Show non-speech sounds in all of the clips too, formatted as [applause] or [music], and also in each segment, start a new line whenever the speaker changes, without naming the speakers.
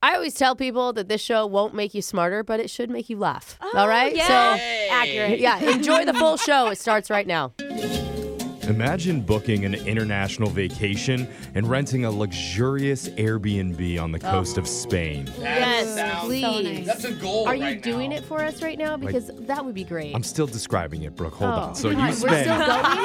I always tell people that this show won't make you smarter, but it should make you laugh. All right?
yes. Accurate.
So, yeah, enjoy the full show. It starts right now.
Imagine booking an international vacation and renting a luxurious Airbnb on the
Oh.
coast of Spain.
That
yes,
sounds-
please.
That's a goal.
Are you
right
doing
now.
it for us right now? Because that would be great.
I'm still describing it, Brooke. Hold
Oh.
on. So
God,
you
we're still
spend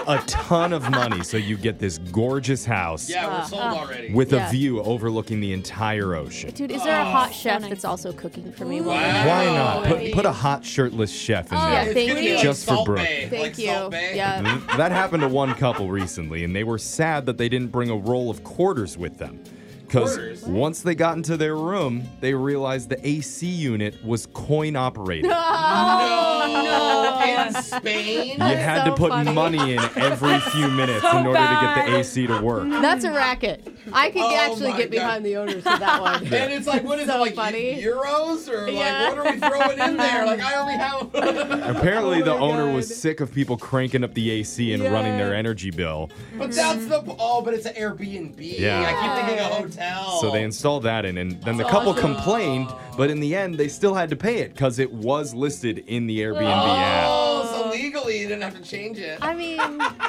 a ton of money so you get this gorgeous house
Yeah, we're sold already. Oh,
with
Uh, Yeah.
a view overlooking the entire ocean.
Dude, is there a hot chef that's also cooking for me? oh, while I'm-
Why not? Put, put a hot shirtless chef in
yeah,
there.
It's
Oh, Thank
gonna
you.
be like
Just for
Salt
Brooke.
Bae,
Thank
like
you.
Salt Bae.
Yeah.
Mm-hmm. that happened to one couple recently, and they were sad that they didn't bring a roll of quarters with them. Because
Quarters?
once they got into their room, they realized the AC unit was coin [laughs]
[laughs]
operated.
Oh,
No. [laughs] In
[laughs]
Spain.
You had
so
to put
funny.
money in every few minutes in order to get the AC to work.
[laughs] That's a racket. I could
Oh
actually
my God.
get behind the owners of
[laughs]
that one.
And it's like, what is
So
it, like
funny.
euros or like
Yeah.
what are we throwing in there? Like I only have.
[laughs]
Apparently,
Oh
the
my
owner was
God.
sick of people cranking up the AC and running their
Yeah.
energy bill.
but that's the oh, but it's an Airbnb.
Yeah.
I keep thinking a hotel.
So they installed that in, and then the couple complained, but in the end, they still had to pay it because it was listed in the Airbnb app.
Oh, so legally you didn't have to change
[laughs]
it.
I mean,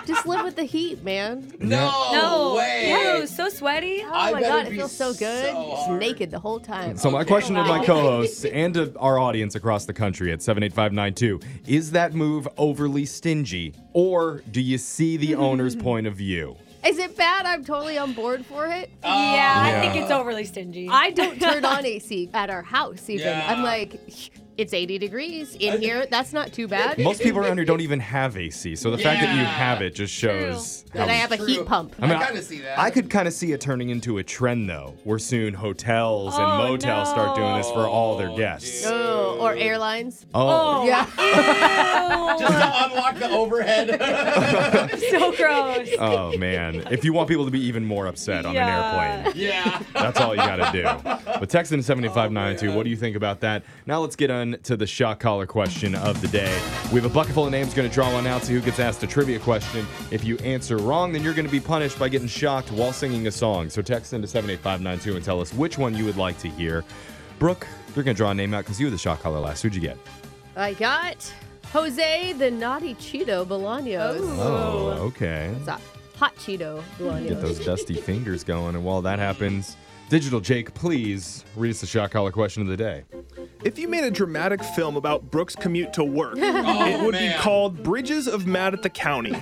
just live with the heat, man.
no,
No.
way.
Ew, so sweaty.
Oh
I
my
better
god, it
be
feels so good.
so
Just
hard.
naked the whole time.
So my
Okay.
question to my
Wow.
co-hosts and to our audience across the country at 78592 is that move overly stingy or do you see the owner's point of view?
[laughs] Is it bad? I'm totally on board for it.
Uh,
yeah,
Yeah.
I think it's overly stingy. [laughs]
I don't turn on AC at our house even.
Yeah.
I'm like, it's 80 degrees in here. That's not too
[laughs]
bad.
Most people around here don't even have AC, so the fact that you
Yeah.
have it just shows
True. And I [laughs] have a heat pump.
I,
I
mean, I-
kind of see that.
I could kind of see it turning into a trend though, where soon hotels and
Oh,
motels start doing this for all their
no,
guests.
[laughs]
dude.
Oh, or airlines.
Oh.
oh,
Yeah.
[laughs]
Ew.
Just to unlock the overhead.
[laughs] so gross.
[laughs] Oh man. If you want people to be even more upset on
Yeah.
an
Uh,
airplane.
yeah.
That's all you got to do. But text in 78592.
Oh, man.
what do you think about that? Now let's get on to the shock collar question of the day. We have a bucket full of names. Going to draw one out. See who gets asked a trivia question. If you answer wrong, then you're going to be punished by getting shocked while singing a song. So text into 78592 and tell us which one you would like to hear. Brooke, you're going to draw a name out because you were the shock collar last. Who'd you get?
I got Jose the Naughty Cheeto Bolaños.
Oh, okay.
It's a hot Cheeto Bolaños.
Get those dusty fingers going. And while that happens, Digital Jake, please read us the shock collar question of the day.
If you made a dramatic film about Brooke's commute to
[laughs]
work,
Oh,
it would
man.
be called Bridges of Mad at the County.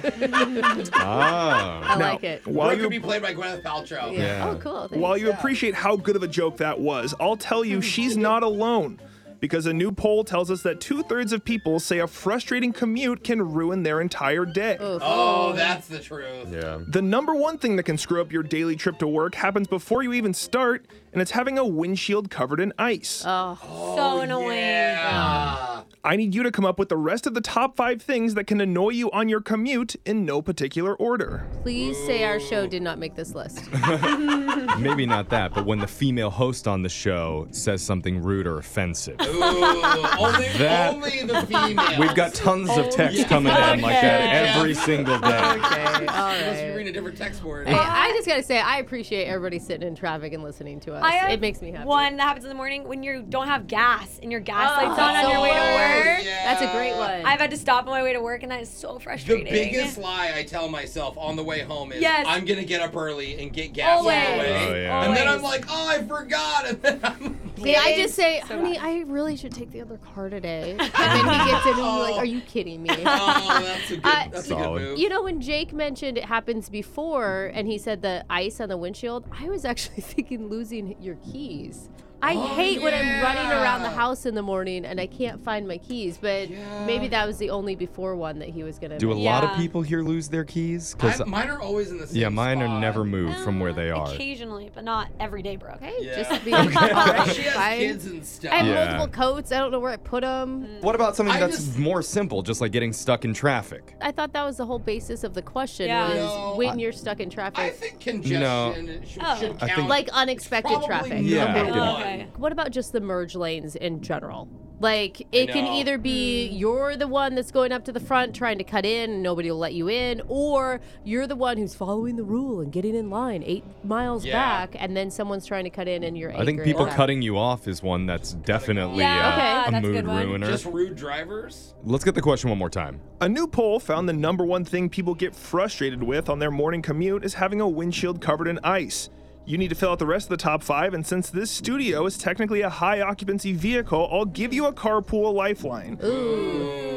Ah.
I like it.
While
Or it
you
could be played by Gwyneth Paltrow.
Yeah.
Yeah.
Oh, cool. Thanks.
while you appreciate how good of a joke that was, I'll tell
[laughs]
you she's not alone. Because a new poll tells us that two thirds of people say a frustrating commute can ruin their entire day.
Oh, that's the truth.
Yeah.
The number one thing that can screw up your daily trip to work happens before you even start, and it's having a windshield covered in ice.
Oh,
so annoying.
Yeah.
I need you to come up with the rest of the top five things that can annoy you on your commute in no particular order.
Please say our show did not make
[laughs]
this list.
Maybe not that, but when the female host on the show says something rude or offensive.
Ooh, only,
That-
only the females.
We've got tons
Oh,
of texts
yeah.
coming in like
Okay.
that every single day.
okay. All
[laughs] Unless you
right.
read a different text word.
Hey, I just gotta say, I appreciate everybody sitting in traffic and listening to us.
I have
it makes me happy.
One that happens in the morning when you don't have gas and your gas
Oh,
lights on
that's
on your way to
so
work.
worse. Yeah.
That's a great one.
I've had to stop on my way to work, and that is so
The
frustrating.
biggest lie I tell myself on the way home is
Yes.
I'm gonna get up early and get gas
Always.
on the way.
Oh, yeah.
And then I'm
Always.
like, oh, I forgot. [laughs] And then I'm
See, I just say,
So
honey,
bad.
I really should take the other
[laughs]
car today. And then he gets in and he's like, are you kidding [laughs] [laughs] me?
oh, that's a good,
Uh,
that's
Solid.
a good move.
You know, when Jake mentioned it happens before and he said the ice on the windshield, I was actually [laughs] thinking losing your keys. I hate when I'm running around the
Oh, yeah.
house in the morning and I can't find my keys, but maybe that was the only before one that he was going to
Do a lot of
Yeah.
people here lose their keys?
I, mine are always in the same
yeah, mine
spot.
are never moved from where they are.
Occasionally, but not every day, Brooke.
Hey,
Yeah.
just be all right,
She has
fine.
kids and stuff.
I have
Yeah.
multiple coats. I don't know where I put them.
What about something
Mm. I
that's
just-
more simple, just like getting stuck in traffic?
I thought that was the whole basis of the question
Yeah.
was
No,
when you're stuck in traffic.
I think congestion should,
Oh.
should count.
I think-
like unexpected
Probably
traffic.
Yeah.
number
Okay.
Oh.
one.
Okay. way.
What about just the merge lanes in general? Like it can
know.
either
Hmm.
be you're the one that's going up to the front trying to cut in, and nobody will let you in, or you're the one who's following the rule and getting in line eight miles
Yeah.
back, and then someone's trying to cut in, and you're.
I think
angry at
people
them.
cutting you off is one that's definitely
Yeah,
uh,
okay.
a
that's a
mood
good one.
ruiner.
Just rude drivers.
Let's get the question one more time.
A new poll found the number one thing people get frustrated with on their morning commute is having a windshield covered in ice. You need to fill out the rest of the top five, and since this studio is technically a high occupancy vehicle, I'll give you a carpool lifeline.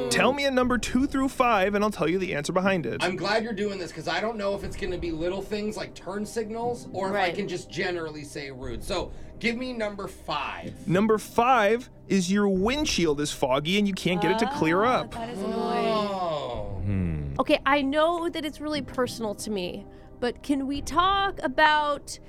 Tell me a number two through five, and I'll tell you the answer behind it.
I'm glad you're doing this because I don't know if it's going to be little things like turn signals or if I
Right.
can just generally say rude. So give me number five.
number five is your windshield is foggy and you can't get it to clear up.
Ah.
That is annoying.
Oh.
Okay, I know that it's really personal to me, but can we talk about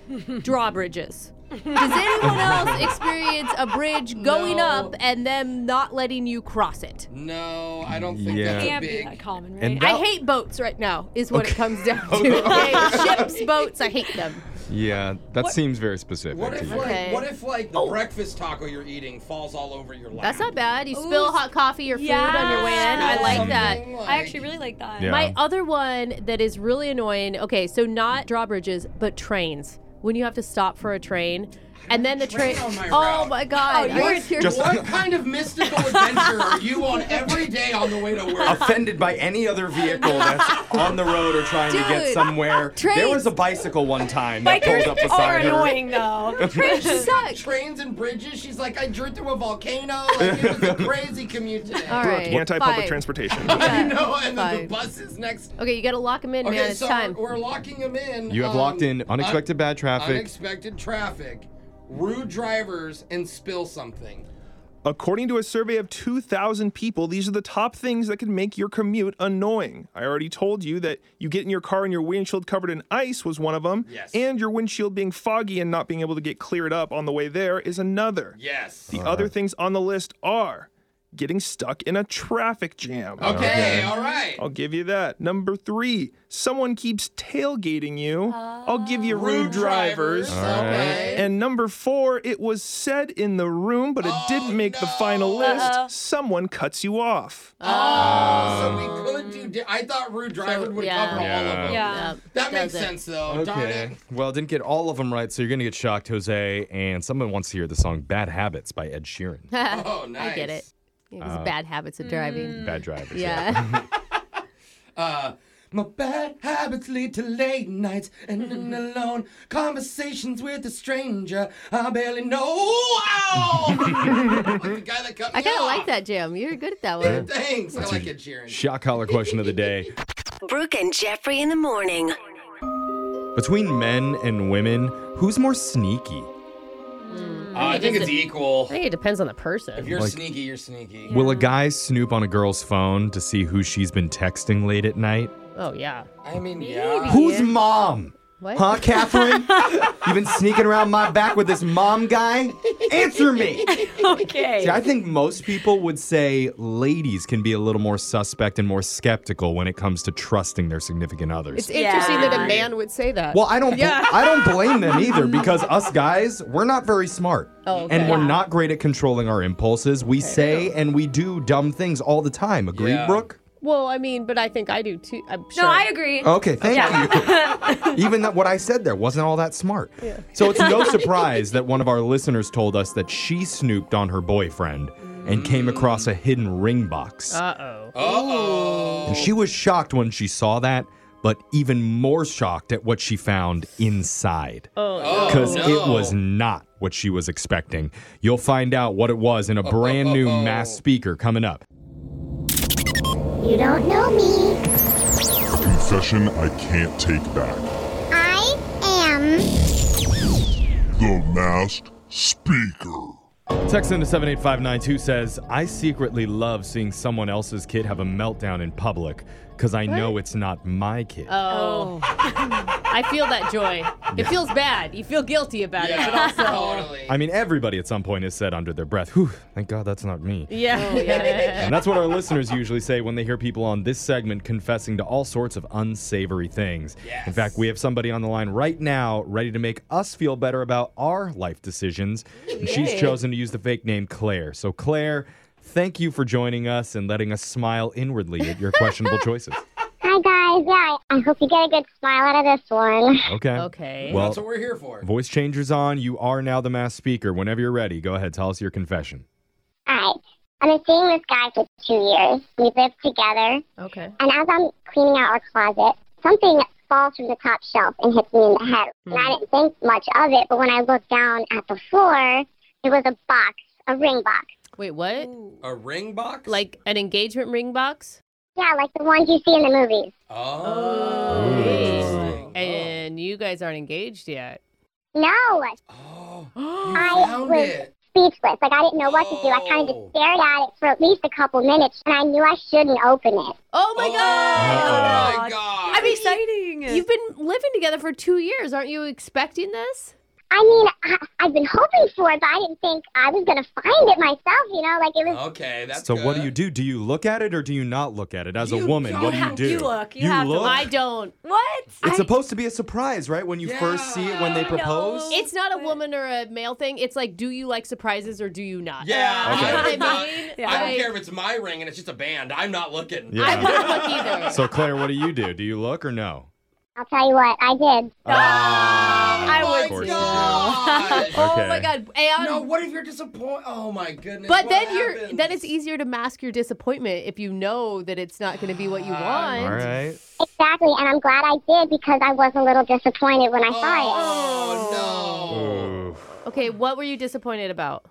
drawbridges? Does anyone else experience a bridge going
No.
up and them not letting you cross it?
No, I don't think
Yeah.
that's a
Can't be
big.
that common, right?
And
I
that-
hate boats right now, is what it comes down to. Okay, ships, boats, I hate them.
Yeah, that seems very specific.
What
to
if
[laughs]
you.
like
Okay.
what if like the
Oh.
breakfast taco you're eating falls all over your lap?
That's not bad.
Oh,
You spill hot coffee or food on your way in. I
Yeah.
like that.
Something
I actually really like that.
Yeah.
My other one that is really annoying. Okay, so not drawbridges, but trains. When you have to stop for a train, and then the
Train
train.
on my
oh
route.
my god! I was here-
what [laughs] kind of mystical adventure
[laughs]
are you on every day on the way to work?
offended by any other vehicle that's on the road or trying to get
Dude,
somewhere. There
trains-
was a bicycle one time that pulled up
Bikers are
beside her.
annoying
[laughs]
though.
Trains suck.
Trains and bridges. She's like, I drew through a volcano. Like, it was
[laughs]
a crazy commute today.
All right.
[laughs]
Anti public
fine.
transportation.
Yeah.
You know, and then the
Fine.
buses next.
Okay, you gotta lock them in,
Okay,
man. It's
so
time.
We're, we're
[laughs]
locking them in.
You have
um,
locked in unexpected bad
un-
traffic.
unexpected traffic, rude drivers, and spill something.
According to a survey of 2,000 people, these are the top things that can make your commute annoying. I already told you that you get in your car and your windshield covered in ice was one of them,
Yes.
and your windshield being foggy and not being able to get cleared up on the way there is another.
Yes.
The other things on the list are getting stuck in a traffic jam.
Okay, all right.
I'll give you that. Number three, someone keeps tailgating you. I'll give you rude, drivers.
Okay.
And number four, it was said in the room, but it
Oh,
didn't make the final list. Someone cuts you off.
Oh,
Um,
so we could do. Di- I thought rude driver would
yeah.
cover all of them.
Yeah.
That makes
does it.
sense though. Darn it.
Okay. Well, didn't get all of them right, so you're gonna get shocked, Jose. And someone wants to hear the song "Bad Habits" by Ed Sheeran.
Oh, nice. Mm.
I get it. It's bad habits of driving.
Bad drivers.
Yeah.
[laughs] Uh, My bad habits lead to late nights and
[laughs]
then alone conversations with a stranger I barely know. Ow! the guy that cut me
I kind of
off.
like that jam. You're good at that one.
Thanks. I like it, Sharon.
Shock collar question of the [laughs] day.
Brooke and Jeffrey in the morning.
Between men and women, who's more sneaky?
Oh, I think it's
I
equal.
think it depends on the
If
person.
you're
Like-
sneaky, you're sneaky.
Will a guy snoop on a girl's phone to see who she's been texting late at night?
Oh yeah.
I mean, yeah.
[laughs]
Who's mom?
What?
Um. Huh, Catherine? You've been sneaking around my back with this mom guy? Answer
[laughs]
me!
Okay.
See, I think most people would say ladies can be a little more suspect and more skeptical when it comes to trusting their significant others.
It's interesting that a
Yeah.
man would say that.
well, I don't, bl- I
[laughs]
don't blame them either because us guys, we're not very smart,
Oh, okay.
and we're
Yeah.
not great at controlling our impulses. We say and we do dumb things all the time. Agreed,
Yeah.
Brooke?
Well, I mean, but I think I do too. I'm sure.
No, I agree.
Okay, thank
[laughs]
you. Even that, what I said there wasn't all that smart. So it's
[laughs]
no surprise that one of our listeners told us that she snooped on her boyfriend and came across a hidden ring box.
Uh oh.
Uh-oh.
And she was shocked when she saw that, but even more shocked at what she found inside.
Oh.
Because
no.
it was not what she was expecting. You'll find out what it was in a brand
[laughs]
new mass speaker coming up.
You don't know me.
Confession I can't take back.
I am.
The masked speaker.
Text into 78592 says, I secretly love seeing someone else's kid have a meltdown in public. because I know it's not my kid.
[laughs]
Oh. I feel that joy. It feels bad. You feel guilty about it, but [laughs] also.
I mean, everybody at some point has said under their breath, whew, thank God that's not me.
Yeah. Oh,
[laughs]
yeah.
And that's what our listeners usually say when they hear people on this segment confessing to all sorts of unsavory things. In fact, we have somebody on the line right now ready to make us feel better about our life decisions. And she's chosen to use the fake name Claire. So, Claire, thank you for joining us and letting us smile inwardly at your
[laughs]
questionable choices.
Hi guys, yeah, I, I hope you get a good smile out of this one.
Okay.
Okay.
Well,
That's what we're here for.
voice changers on. You are now the mass speaker. Whenever you're ready, go ahead. Tell us your confession.
Alright, I've been seeing this guy for two years. We live together,
Okay.
and as I'm cleaning out our closet, something falls from the top shelf and hits me in the head. And
Hmm.
I didn't think much of it, but when I looked down at the floor, it was a box, a ring box.
Wait, what?
A ring box?
Like an engagement ring box?
Yeah, like the ones you see in the movies.
Oh.
Oh.
Ooh. And you guys aren't engaged yet.
No,
[gasps] Oh.
I
Found
was
it.
speechless. Like I didn't know what to do. I kind of
Oh.
just stared at it for at least a couple minutes, and I knew I shouldn't open it.
Oh my
oh,
god!
my God.
I mean, you,
Exciting.
you've been living together for two years. Aren't you expecting this?
I mean, I, I've been hoping for it, but I didn't think I was gonna find it myself. You know, like it was.
Okay, that's
so, what do
good.
you do? Do you look at it or do you not look at it? As a
You
woman, what do you
have-
do?
you look. You have to
look?
look.
I don't.
What?
It's supposed to be a surprise, right? When you first see it when they
Yeah.
propose.
No.
It's not a woman or a male thing. It's like, do you like surprises or do you not?
Yeah.
Okay.
I
You
would
know what I
not-
mean?
Yeah.
I don't
Like,
care if it's my ring and it's just a band. I'm not looking.
Yeah.
I wouldn't look either.
So Claire, what do you do? Do you look or no?
I'll tell you what, I did.
Ah.
Ah,
I
would
would
too.
God.
[laughs] Oh
Okay.
my god. And
no, what if you're disappointed? Oh my goodness.
But
what
then you're
happens?
then it's easier to mask your disappointment if you know that it's not going to be what you want.
All right.
Exactly, and I'm glad I did because I was a little disappointed when I saw it.
Oh
Okay, what were you disappointed about?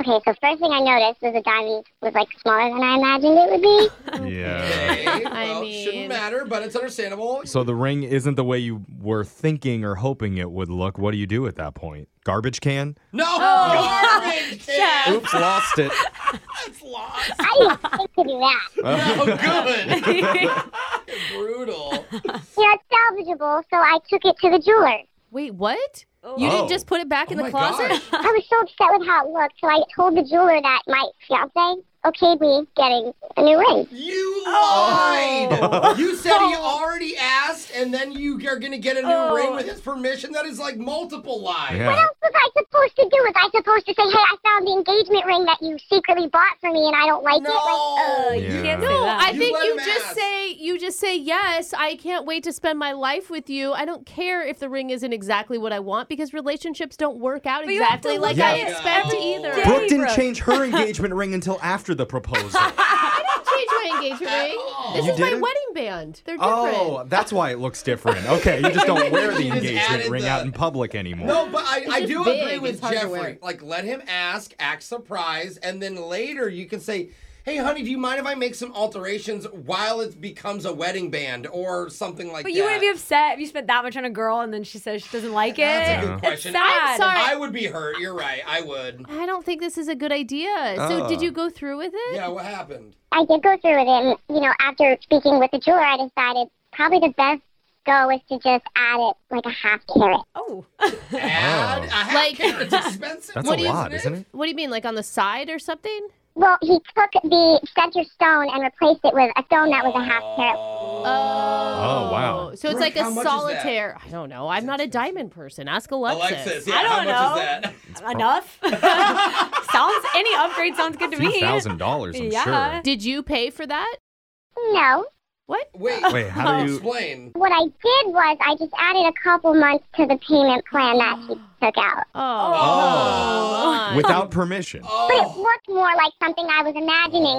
Okay, so first thing I noticed was the diamond was like smaller than I imagined it would
no.
be.
Yeah.
[laughs]
Okay, well,
mean-
shouldn't matter, but it's understandable.
So the ring isn't the way you were thinking or hoping it would look. What do you do at that point? Garbage can?
No,
Oh. [laughs]
garbage can.
[laughs] Oops, lost [laughs] it.
That's lost.
I
[laughs]
didn't think to
[laughs]
do that.
No
Oh,
Oh, good.
[laughs]
Brutal.
You know, it's salvageable, so I took it to the jeweler.
Wait, what? You
Oh.
didn't just put it back in
oh my
the closet?
gosh.
I was so upset with how it looked, so I told the jeweler that my fiance okayed me getting a new ring.
[laughs] You
Oh.
lied. You said
[laughs]
he already asked, and then you are gonna get a new
Oh.
ring with his permission. That is like multiple lies.
Yeah.
What was I supposed to do? Was I supposed to say, hey, I found the engagement ring that you secretly bought for me and I don't like uh,
No.
it? Like,
You
Yeah.
can't
No,
say that.
I
You
think
let
you
him
just
ask.
say you just say yes. I can't wait to spend my life with you. I don't care if the ring isn't exactly what I want because relationships don't work out
you have
exactly
to
like
look at
I
it
expect
every
either.
day.
Brooke didn't
Brooke.
change her engagement ring until after the proposal.
Change my engagement ring. This
You
is my
didn't?
wedding band. [laughs] They're different.
oh, that's why it looks different. Okay, you just don't wear the
You just
engagement
added
ring
the-
out in public anymore.
No, but I, I
just
do
big.
agree with
It's hard to wear.
Jeffrey. Like, let him ask, act surprised, and then later you can say, "Hey, honey, do you mind if I make some alterations while it becomes a wedding band or something like
But
that?"
you wouldn't be upset if you spent that much on a girl and then she says she doesn't like
That's a
it.
good question.
It's sad.
I'm sorry.
I would be hurt. You're right. I would.
I don't think this is a good idea. So
Oh.
did you go through with it?
Yeah. What happened?
I did go through with it. And, you know, after speaking with the jeweler, I decided probably the best go is to just add it like a half carrot.
Oh.
Add a half
Like-
carrot. It's expensive.
That's
What
a
do you-
lot, isn't it?
What do you mean, like on the side or something?
Well, he took the center stone and replaced it with a stone that was a half carrot.
Oh,
Oh, wow.
So it's
Brooke,
like
how much
a
is that?
solitaire. I don't know. I'm not a diamond person. Ask Alexis.
Alexis, yeah,
I
how
don't
much
know.
is that?
[laughs]
Enough. sounds any upgrade sounds good to
Few
me.
thousand dollars, I'm
Yeah.
Did you pay for that?
No.
What? [laughs]
Wait,
sure. Wait, how do you?
explain.
What I did was I just added a couple months to the payment plan that
[gasps]
he took out.
Oh.
Oh.
come on.
Without permission.
But it looked more like something I was imagining.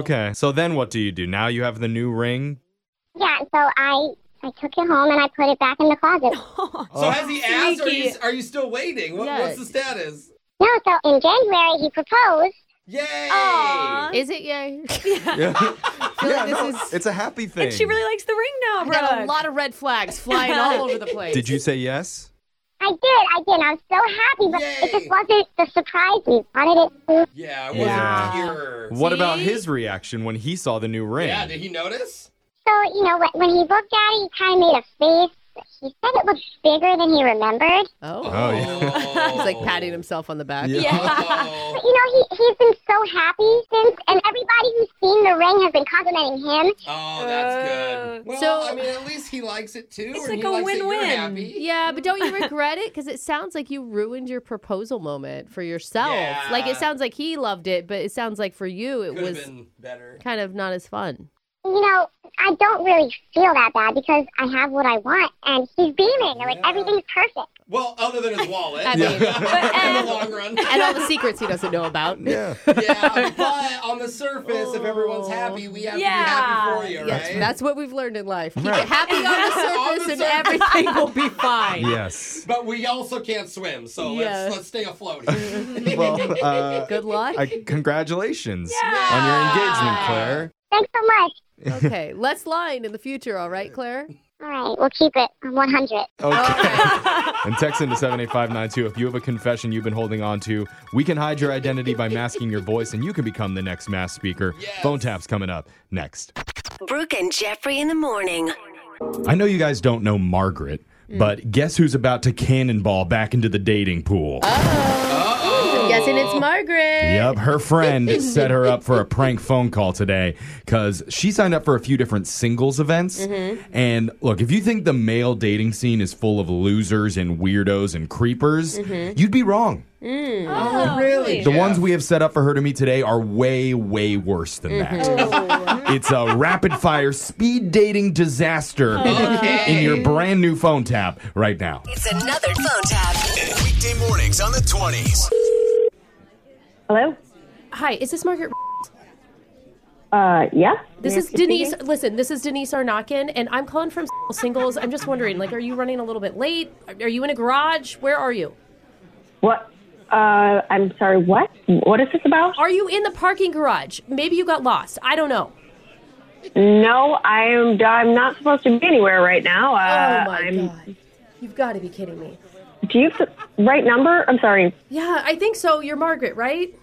Okay, so then what do you do? Now you have the new ring.
Yeah, so I I took it home and I put it back in
[laughs]
the closet.
So has he asked? Or are you
Sneaky.
are you still waiting? What,
Yeah.
What's the status?
No, so in January he proposed.
Yay!
Oh. Aw.
Is it yay?
[laughs] yeah,
[laughs]
this
no,
is-
it's a happy thing.
She really likes the ring now,
I
bro.
got a lot of red flags flying all over the place.
Did you say yes?
[laughs] I did, I did. and I was so happy, but it
Yay.
just wasn't the surprise we wanted it to.
Yeah, it wasn't
Yeah.
pure.
What about his reaction when he saw the new ring?
Yeah, did he notice?
also, you know, wh- when he looked at it, he kind of made a face. He said it looked bigger than he remembered.
Oh.
Oh, yeah.
[laughs] He's like patting himself on the back.
Yeah.
[laughs]
But, you know, he, he's been so happy since, and everybody who's seen the ring has been complimenting him.
Oh, that's
Uh,
good. Well,
so-
I mean, at least he likes it too.
It's
and
like
he
a
likes that you're
win-win.
happy.
Yeah, but don't you regret it? Because it sounds like you ruined your proposal moment for yourself. Like
Yeah.
it sounds like he loved it, but it sounds like for you it
Could have
was
been better.
kind of not as fun.
You know, I don't really feel that bad because I have what I want, and he's beaming. Like,
Yeah.
everything's perfect.
Well, other than his wallet.
I mean,
in the long run.
And all the secrets he doesn't know about.
[laughs] Yeah.
yeah, but on the surface, if everyone's happy, we have
Yeah.
to be happy for you,
That's,
right?
Oh. that's what we've learned in life. Keep
Right.
it happy on
[laughs]
the
On
surface
the
and
surface. [laughs]
everything will be fine.
Yes.
but we also can't swim, so
Yeah.
let's let's stay afloat. here.
[laughs] Well, uh,
Good luck.
I, congratulations on your
Yeah.
engagement, Claire.
Thanks so much.
okay, less lying in the future, all right, Claire?
All right, we'll keep it 100.
Oh.
Okay. and text into 78592 if you have a confession you've been holding on to. We can hide your identity by masking your voice, and you can become the next mass speaker.
Yes.
Phone taps coming up next.
Oh.
[laughs] Brooke and Jeffrey in the morning.
I know you guys don't know Margaret, but guess who's about to cannonball back into the dating pool?
I'm guessing it's Margaret.
Yep, her friend set her up for a prank phone call today because she signed up for a few different singles events. And look, if you think the male dating scene is full of losers and weirdos and creepers, you'd be wrong.
Mm.
Oh, really?
The ones we have set up for her to meet today are way, way worse than
Mm-hmm.
that. it's a rapid fire speed dating disaster in your brand new phone tap right now.
It's another phone tap.
Weekday mornings on the 20s.
Hello?
Hi, is this Margaret?
Uh, yeah?
This
May I
is
speak
Denise.
again?
Listen, this is Denise Arnakin, and I'm calling from [laughs] Singles. I'm just wondering, like, are you running a little bit late? Are you in a garage? Where are you?
What? Uh, I'm sorry, what? What is this about?
Are you in the parking garage? Maybe you got lost. I don't know.
No, I'm, I'm not supposed to be anywhere right now. Uh,
oh my
I'm,
god. You've got to be kidding me.
Do you have the right number? I'm sorry.
Yeah, I think so. You're Margaret, right?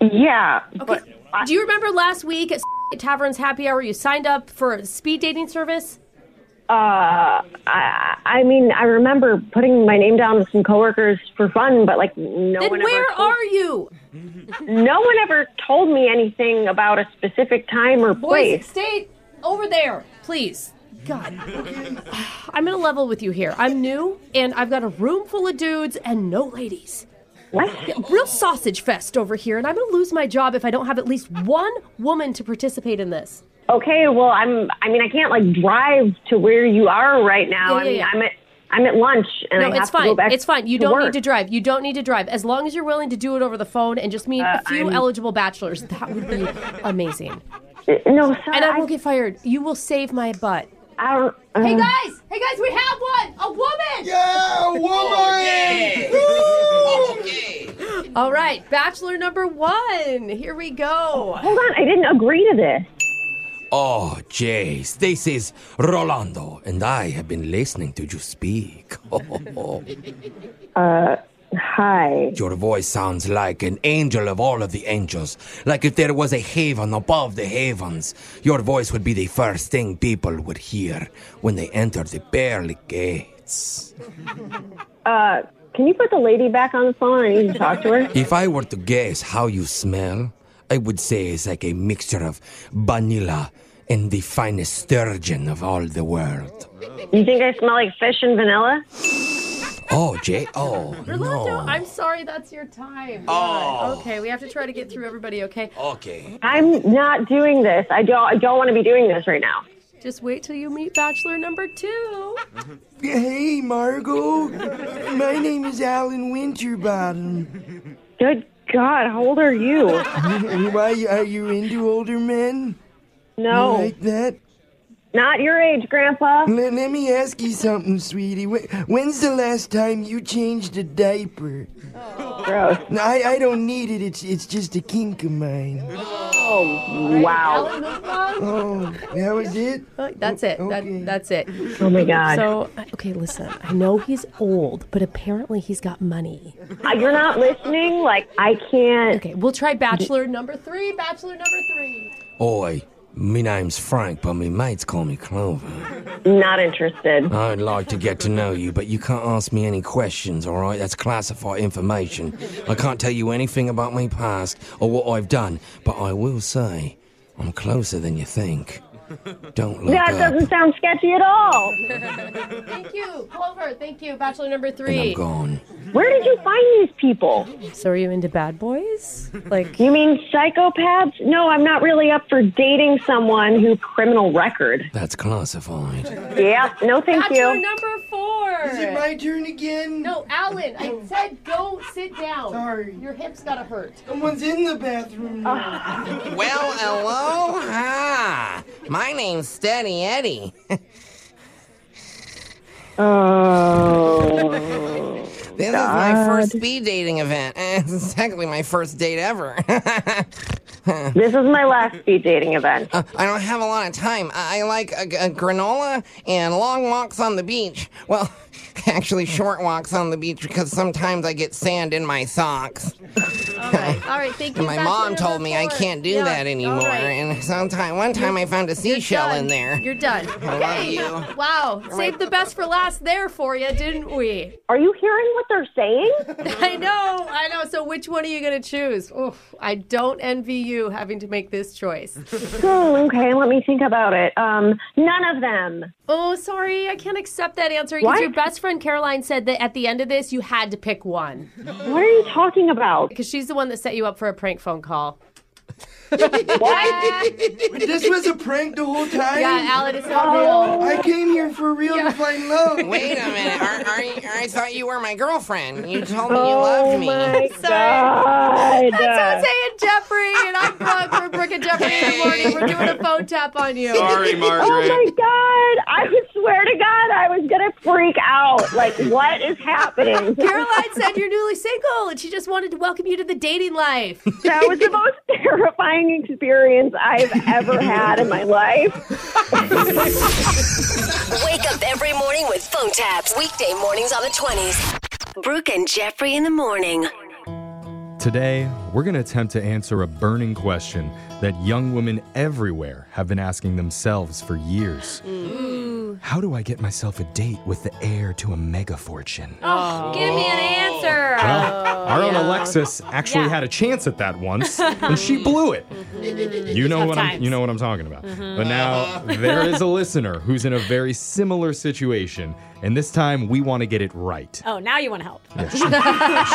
Yeah. But
Okay.
I,
Do you remember last week at [laughs] Tavern's Happy Hour you signed up for a speed dating service?
uh, I, I mean, I remember putting my name down with some coworkers for fun, but like no
Then
one
where
ever told,
are you?
no one ever told me anything about a specific time or
Boys,
place.
stay over there, please. God. [sighs] I'm going to level with you here. I'm new, and I've got a room full of dudes and no ladies.
What?
Real sausage fest over here, and I'm going to lose my job if I don't have at least one woman to participate in this.
Okay, well, I'm. I mean, I can't like drive to where you are right now.
Yeah, yeah,
I mean,
yeah.
I'm at. I'm at lunch, and
No,
I have
it's
to go
fine.
back.
It's fine. You don't need
work.
to drive. You don't need to drive. As long as you're willing to do it over the phone and just meet
Uh,
a few
I'm-
eligible bachelors, that would be amazing.
Uh, No, sorry.
And I
I,
won't get fired. You will save my butt.
I don't. Uh,
Hey guys! Hey guys, we have one! A woman!
Yeah,
[laughs]
Oh,
Okay. okay.
All right, bachelor number one. Here we go.
hold on. I didn't agree to this.
Oh, Jace, this is Rolando, and I have been listening to you speak. [laughs]
Hi.
Your voice sounds like an angel of all of the angels. Like if there was a haven above the havens, your voice would be the first thing people would hear when they enter the pearly gates.
Uh, Can you put the lady back on the phone? I need to talk to her.
If I were to guess how you smell, I would say it's like a mixture of vanilla and the finest sturgeon of all the world.
You think I smell like fish and vanilla?
Oh, Jay, oh,
Orlando,
no. Oh.
I'm sorry that's your time. God. Okay, we have to try to get through everybody, okay?
Okay.
I'm not doing this. I don't. I don't want to be doing this right now.
Just wait till you meet bachelor number two.
Hey, Margot. My name is Alan Winterbottom.
Good God, how old are you?
[laughs] Why are you into older men
No,
like that?
not your age, Grandpa.
Let, let me ask you something, sweetie. Wh- When's the last time you changed a diaper?
Gross.
No, I, I don't need it. It's it's just a kink of mine.
Wow.
Oh, that was it.
That's it.
Okay.
That, that's it.
Oh my God.
So, okay, listen. I know he's old, but apparently he's got money.
Uh, You're not listening. Like I can't.
Okay, we'll try bachelor number three. [laughs] Bachelor number three.
Oi, Me name's Frank, but me mates call me Clover.
Not interested.
I'd like to get to know you, but you can't ask me any questions, all right? That's classified information. I can't tell you anything about my past or what I've done, but I will say I'm closer than you think. Don't look
That
up.
doesn't sound sketchy at all.
thank you, Clover. Thank you, Bachelor number three.
Gone.
Where did you find these people?
So are you into bad boys? Like
You mean psychopaths? No, I'm not really up for dating someone who's criminal record.
That's classified.
Yeah, no thank
Bachelor
you.
number four.
Is it my turn again?
No, Alan. I said go sit down.
Sorry.
Your hips gotta hurt.
Someone's in the bathroom.
Ah.
well, aloha. My name's Steady Eddie.
Oh.
[laughs] This is my first speed dating event. [laughs] Eh, This is technically my first date ever. [laughs]
This is my last speed dating event.
Uh, I don't have a lot of time. I I like a, a granola and long walks on the beach. Well, [laughs] actually, short walks on the beach because sometimes I get sand in my socks.
All right, thank you.
And my
Bachelor
mom
number
told me I
four.
can't do
Yeah,
that anymore.
all right.
And sometime, one time, I found a seashell in there.
You're done.
love
Okay.
you.
Wow. Saved the best for last there for you, didn't we? [laughs]
Are you hearing what they're saying?
I know. I know. So which one are you going to choose? Oof, I don't envy you having to make this choice.
Hmm, okay, let me think about it. Um, none of them.
oh, sorry. I can't accept that answer because
What?
your best friend Caroline said that at the end of this you had to pick one
What are you talking about?
because she's the one that set you up for a prank phone call.
[laughs] this was a prank the whole time?
Yeah, Alan, it's not
Oh.
real.
I came here for real to find love.
[laughs] Wait a minute. Are, are you, I thought you were my girlfriend. You told me you
Oh
loved me. [laughs]
my
Sorry.
god.
That's Jose and Jeffrey, and I'm Brooke. We're Brooke and Jeffrey in the morning. We're doing a phone tap on you. [laughs]
Sorry,
Oh
Margaret.
my god! I would swear to God, I was gonna freak out. Like, what is happening?
Caroline said you're newly single, and she just wanted to welcome you to the dating life.
That
[laughs]
was the most terrifying experience I've ever had in my life.
Wake up every morning with phone taps. Weekday mornings on the 20s. Brooke and Jeffrey in the morning.
Today, we're going to attempt to answer a burning question that young women everywhere have been asking themselves for years. How do I get myself a date with the heir to a mega fortune?
Oh, give me an answer. Oh,
Well, our own Alexis actually had a chance at
[laughs]
that once, and she blew
[laughs]
it. You know
Tough
what I'm,
times.
you know what I'm talking about.
Mhm. [laughs]
But now there is a listener who's in a very similar situation, and this time we want to get it right.
Oh, now you want to help.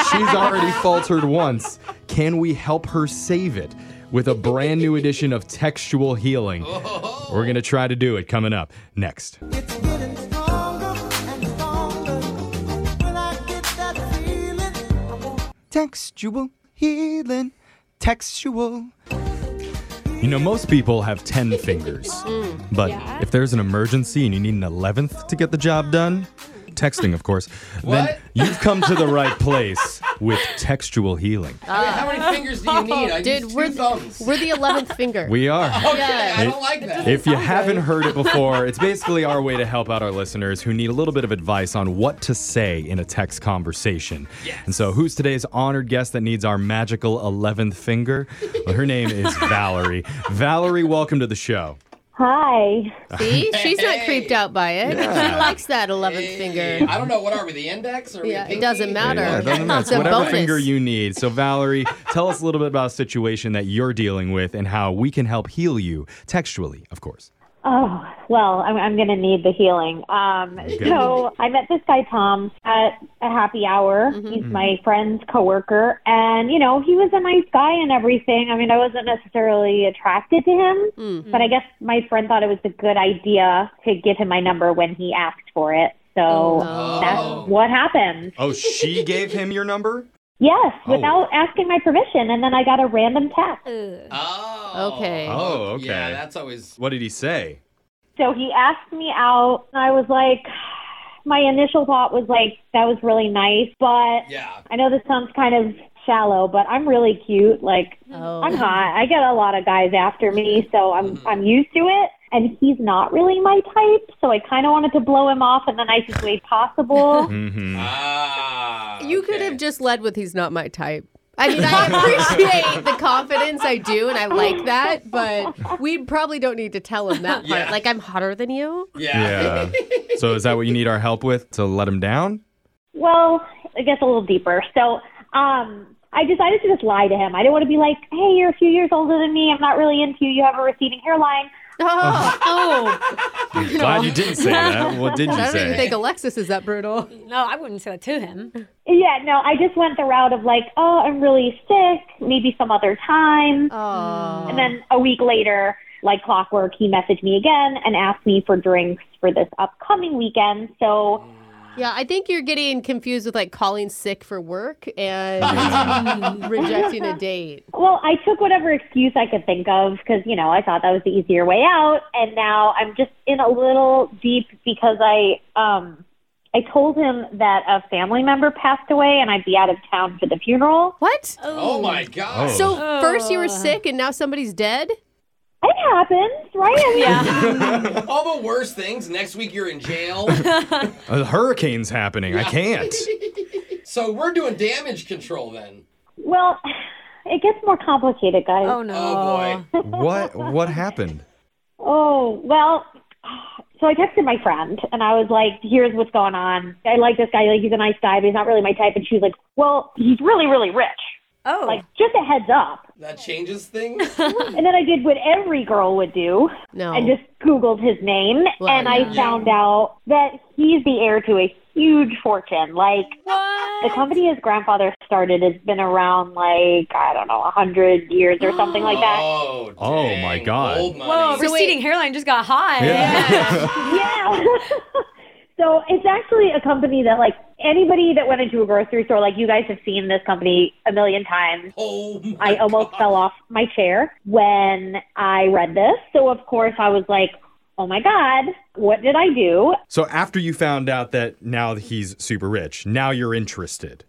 [laughs]
She's already faltered once. Can we help her save it with a brand new edition of Textual Healing? We're going to try to do it coming up next.
Textual healing. Textual.
You know, most people have 10 fingers. But if there's an emergency and you need an 11th to get the job done, texting, of course, then
What?
you've come to the right place with textual healing.
Wait, how many fingers do you need? I
Ah. Oh, Dude,
use two
we're,
thumbs.
we're the 11th finger.
We are.
[laughs] Okay, I
It-
don't like that.
If you haven't heard it [laughs] before, it's basically our way to help out our listeners who need a little bit of advice on what to say in a text conversation. And so, who's today's honored guest that needs our magical 11th finger? Well, her name
[laughs]
is Valerie. Valerie, welcome to the show.
Hi.
[laughs]
See, she's not creeped out by it. She
Yeah.
likes that 11th finger.
I don't know. What are we? The index? Or are we a
Yeah, it
pinky?
doesn't matter.
Yeah, it doesn't matter. It's
It's a
whatever
bonus.
finger you need. So, Valerie, tell us a little bit about a situation that you're dealing with and how we can help heal you textually,
[laughs]
of course.
Oh, well, I'm, I'm going to need the healing. Um,
Okay.
so I met this guy, Tom, at a happy hour. He's
Mm-hmm.
my friend's coworker. And, you know, he was a nice guy and everything. I mean, I wasn't necessarily attracted to him,
Mm-hmm.
but I guess my friend thought it was a good idea to give him my number when he asked for it. So that's what happened.
Oh, she gave him your number?
Yes,
Oh.
without asking my permission. And then I got a random text.
Uh,
Okay.
Oh, okay.
Yeah, that's always.
What did he say?
So he asked me out, and I was like, my initial thought was like, that was really nice, but
yeah.
I know this sounds kind of shallow, but I'm really cute. Like,
Oh.
I'm hot. I get a lot of guys after me, so I'm I'm used to it. And he's not really my type, so I kind of wanted to blow him off in the nicest
[laughs]
way possible.
Mm-hmm.
Ah,
You could have just led with he's not my type. I mean,
[laughs]
I appreciate the confidence. I do, and I like that.
[laughs]
But we probably don't need to tell him that part.
Yeah.
Like, I'm hotter than you.
[laughs]
Yeah. so is that what you need our help with to let him down?
Well, it gets a little deeper. So, um, I decided to just lie to him. I didn't want to be like, "Hey, you're a few years older than me. I'm not really into you. You have a receding hairline." [laughs]
Oh,
I'm glad you didn't say
[laughs]
[laughs]
that. What did you
I don't
say?
even think
Alexis is that brutal.
No, I wouldn't say that to him.
Yeah, no, I just went the route of like, "Oh, I'm really sick. Maybe some other time." And then a week later, like clockwork, he messaged me again and asked me for drinks for this upcoming weekend. So,
Yeah, I think you're getting confused with like calling sick for work
[laughs]
and rejecting a date.
Well, I took whatever excuse I could think of because, you know, I thought that was the easier way out. And now I'm just in a little deep because I, um, I told him that a family member passed away and I'd be out of town for the funeral.
What?
Oh my god.
So first you were sick and now somebody's dead?
It happens, right? I
[laughs]
mean,
[laughs] All the worst things. Next week you're in jail.
A hurricane's happening.
[laughs]
I can't.
so we're doing damage control then.
Well, it gets more complicated, guys.
Oh, no.
Oh boy.
What what happened?
Oh, well, so I texted my friend and I was like, here's what's going on. I like this guy. Like, he's a nice guy, but he's not really my type. And she was like, well, he's really, really rich.
Oh.
Like, just a heads up.
That changes things.
and then I did what every girl would do.
No.
I just Googled his name
Well,
and I
yeah.
found out that he's the heir to a huge fortune. Like, the company his grandfather started has been around, like, I don't know, a 100 years or something like that.
Oh,
oh my god.
Whoa, receding hairline just got high.
[laughs] So it's actually a company that like anybody that went into a grocery store, like you guys have seen this company a million times.
Oh,
I almost fell off my chair when I read this. So of course I was like, oh my God, what did I do?
So after you found out that now he's super rich, now you're interested.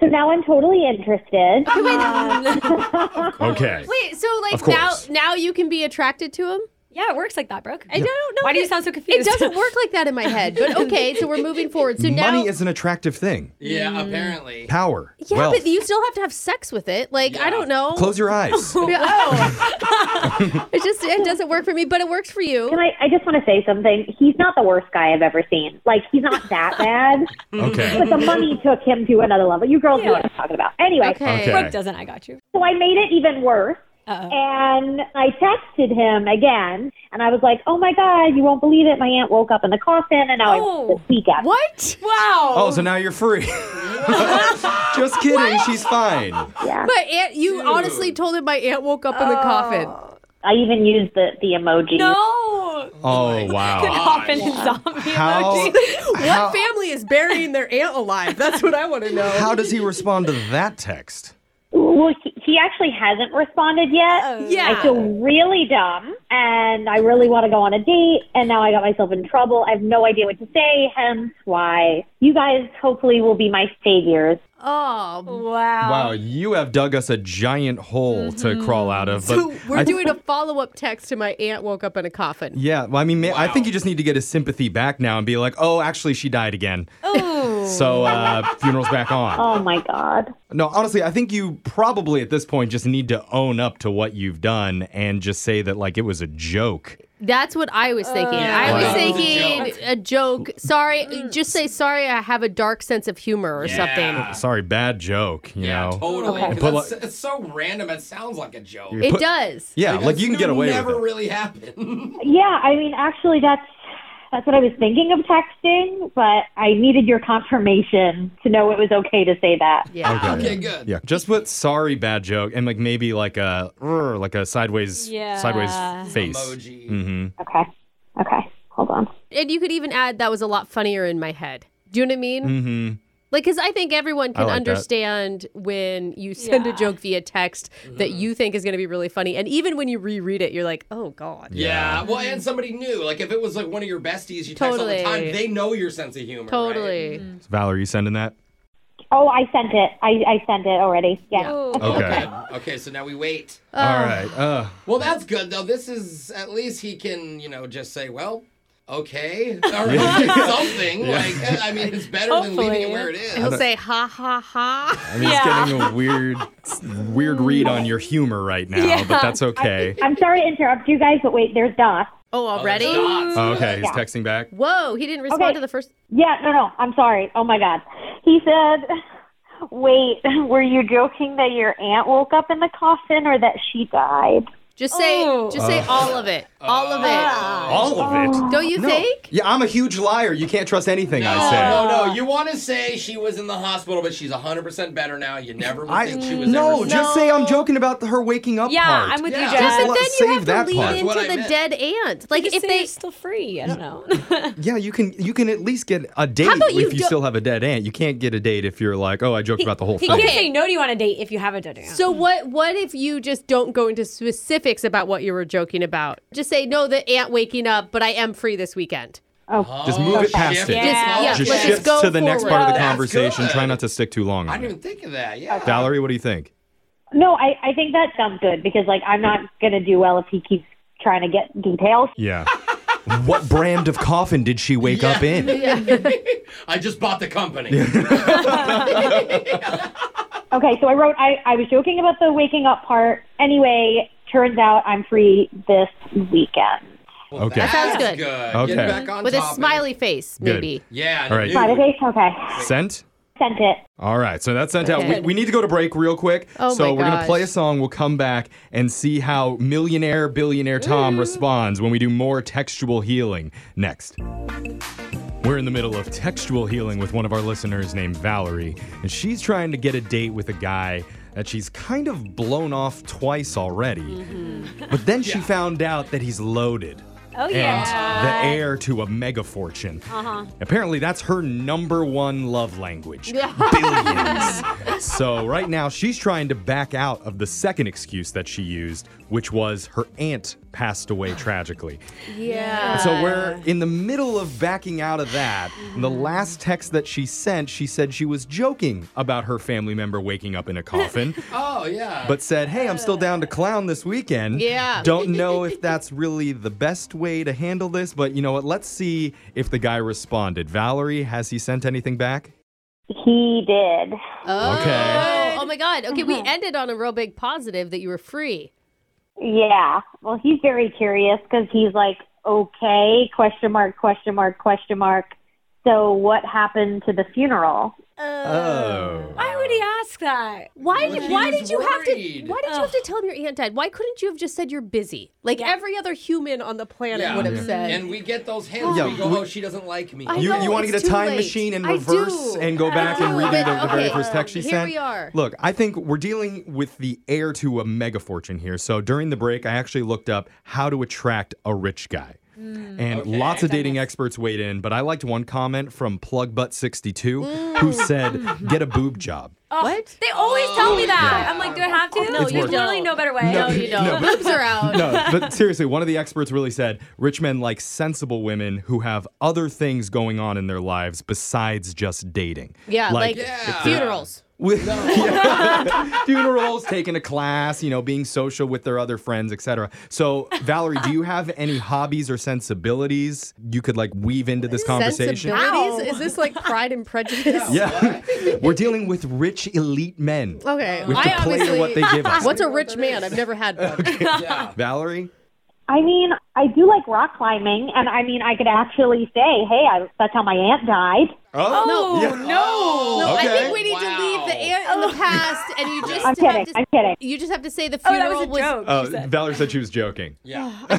So now I'm totally interested. Uh,
Okay.
Wait, so like
Of
now
course.
now you can be attracted to him?
Yeah, it works like that, Brooke.
I don't know.
Why do you
that-
sound so confused?
It doesn't work
[laughs]
like that in my head. But okay, so we're moving forward. So now
Money is an attractive thing.
Yeah, apparently.
Power.
Yeah,
wealth.
but you still have to have sex with it. Like, I don't know.
Close your
[laughs]
eyes. [laughs]
oh. it just it doesn't work for me, but it works for you.
Can I, I just want to say something. He's not the worst guy I've ever seen. Like, he's not that bad.
Okay.
But the money took him to another level. You girls know what I'm talking about. Anyway.
Okay. Brooke doesn't. I got you.
So I made it even worse. And I texted him again, and I was like, "Oh my god, you won't believe it! My aunt woke up in the coffin, and now I'm this weekend."
Oh, What?
Wow.
Oh, so now you're free. [laughs] Just kidding. She's fine.
But aunt, you honestly told him my aunt woke up in
Oh.
the coffin.
I even used the the emoji.
No.
Oh, wow.
Coffin and zombie
How-
emoji.
[laughs] what family is burying their aunt alive? That's what I want to know.
How does he respond to that text?
Well, he, he actually hasn't responded yet.
Oh. yeah.
I feel really dumb, and I really want to go on a date, and now I got myself in trouble. I have no idea what to say. Hence, why you guys hopefully will be my saviors.
Oh
[laughs]
wow.
Wow, you have dug us a giant hole
Mm-hmm.
to crawl out of. Uh, But
So we're
I-
doing a follow up text to my aunt woke up in a coffin.
Yeah, well, I mean, ma- I think you just need to get his sympathy back now and be like, oh, actually, she died again.
Oh.
So uh, funeral's back [laughs] on.
Oh my god.
No, honestly, I think you probably at this point just need to own up to what you've done and just say that like it was a joke.
[laughs] That's what I was thinking. I
Yeah.
was
Wow.
thinking a joke. Sorry,
Mm.
just say sorry. I have a dark sense of humor or something.
Sorry, bad joke. You know,
Totally.
And
'cause
put,
that's-
like-
it's so random. It sounds like a joke.
It Put-
does.
yeah, like, you can get away
Never
with it.
really happened.
Yeah, I mean, actually, that's that's what I was thinking of texting, but I needed your confirmation to know it was okay to say that.
Yeah.
good.
Yeah, just put sorry, bad joke, and like maybe like a "Rrr," like a sideways
Yeah.
sideways face.
Emoji.
Mm-hmm.
Okay. Okay. Hold on.
And you could even add that was a lot funnier in my head. Do you know what I mean?
Mm-hmm.
Like, because I think everyone
I
can
like that.
understand when you send a joke via text
Mm.
that you think is going to be really funny. And even when you reread it, you're like, oh, God.
Yeah. Well, and somebody knew. Like, if it was like one of your besties you
Totally.
text all the time, they know your sense of humor.
Totally.
Valor, you sending that?
Oh, I sent it. I, I sent it already. Yeah.
Okay.
Right? Okay, so now we wait.
All right. Uh,
Well, that's good though. This is at least he can, you know, just say, "Well, okay, or
[laughs]
something.
Yeah.
Like, uh, I mean, it's better than leaving it where it is.
I
He'll
don't-
say ha ha ha.
I mean, it's getting a weird, weird read on your humor right now,
Yeah.
but that's
[laughs]
okay.
I'm sorry to interrupt you guys, but wait, there's dots.
Oh, already?
Oh, okay, he's
Yeah.
texting back.
Whoa, he didn't respond to the first.
Yeah, no, no, I'm sorry. Oh my God. He said, wait, [laughs] were you joking that your aunt woke up in the coffin or that she died?
Just say, just say
Oh.
all of it, all of it,
Ah.
All
Oh.
of it.
Don't you
No.
think?
Yeah, I'm a huge liar. You can't trust anything I say.
No, no, you want to say she was in the hospital, but she's 100% better now. You never would
I-
think she was
no,
ever
just say I'm joking about the, her waking up part.
Yes,
Just
but
let-
then you
save
have to
that
lead
part.
into the dead aunt. Like if they still free, I don't know.
[laughs] Yeah, you can you can at least get a date
about
if
you
you
don't-
still have a dead aunt. You can't get a date if you're like, oh, I joked about the whole
He
thing.
can't say no to you on a date if you have a date.
So what? What if you just don't go into specifics about what you were joking about? Just say no, the aunt waking up, but I am free this weekend.
Oh,
Just move it
Okay.
past it.
Yeah. Just- yeah,
Just
let's
shift
just go
to the next part of the
forward.
conversation.
good.
Try not to stick too long
I
on it.
didn't even think of that. Yeah.
Valerie, what do you think?
No, I, I think that sounds good because, like, I'm not going to do well if he keeps trying to get details.
Yeah. [laughs] what brand of coffin did she wake up
[laughs]
in?
I just bought the company.
Okay, so I wrote, I, I was joking about the waking up part. Anyway, turns out I'm free this weekend.
okay.
That sounds good.
Okay. Get back
With a smiley face,
Good.
maybe.
Yeah.
All right.
Smiley face? Okay.
Sent?
Sent it.
All right, so that's sent out. We,
Okay.
we need to go to break real quick.
Oh
so
my
we're gonna
gosh.
play a song. We'll come back and see how millionaire billionaire Tom responds when we do more textual healing next. We're in the middle of textual healing with one of our listeners named Valerie, and she's trying to get a date with a guy that she's kind of blown off twice already.
Hmm.
[laughs]
But then she found out that he's loaded.
Oh, yeah.
And the heir to a mega fortune.
Uh-huh.
Apparently, that's her number one love language. [laughs]
Uh-huh.
So right now she's trying to back out of the second excuse that she used, which was her aunt passed away tragically.
Yeah.
And so we're in the middle of backing out of that. And the last text that she sent, she said she was joking about her family member waking up in
[laughs]
a coffin,
Oh, yeah.
but said, "Hey, I'm still down to clown this weekend."
Yeah.
Don't know if that's really the best way to handle this, but you know what? Let's see if the guy responded. Valerie, has he sent anything back?
He did.
Oh.
Okay.
Oh my God. Okay,
Uh-huh.
we ended on a real big positive that you were free.
Yeah. Well, he's very curious because he's like, okay, question mark, question mark, question mark. So what happened to the funeral?
Oh.
Why would he ask that?
Why
Well,
did
he
Why
was
did you have
worried.
to Why did you have to tell him your aunt died? Why couldn't you have just said you're busy, like every other human on the planet would have said?
And we get those hints.
Yeah,
we go,
we-
oh, she doesn't like me.
I
You,
know,
you want to
it's
get a
too
time
late.
machine and
I
reverse
do.
and go back and
do,
read the,
but
the very
okay,
first text she
here
sent?
we are.
Look, I think we're dealing with the heir to a mega fortune here. So during the break, I actually looked up how to attract a rich guy.
Mm.
And lots of dating experts weighed in, but I liked one comment from Plugbutt62
Mm.
who said,
[laughs]
Get a boob job.
what? Oh, They always tell me that. I'm like, do I have to?
No,
There's
you
literally
don't.
no better way.
No, you don't.
but-
Boobs are out.
[laughs] No,
[laughs]
but seriously, one of the experts really said rich men like sensible women who have other things going on in their lives besides just dating.
yeah, like,
if they're-
funerals.
with Yeah. funerals, taking a class, you know, being social with their other friends, etc. So, Valerie, do you have any hobbies or sensibilities you could like weave into this conversation?
Sensibilities? Is this like Pride and Prejudice?
Yeah, we're dealing with rich elite men.
[laughs] Okay.
we have to
I
play to
obviously-
what they give us.
What's a rich man? I've never had one.
Valerie?
I mean, I do like rock climbing, and I mean, I could actually say, hey, I, that's how my aunt died.
Oh,
no,
yeah.
no, no! I
Okay.
think we need to leave the aunt in the past, and you
I'm
just have
kidding,
to.
I'm kidding.
You just have to say the
Oh, that
funeral
was a joke.
Uh, Valerie said she was joking. [laughs]
her.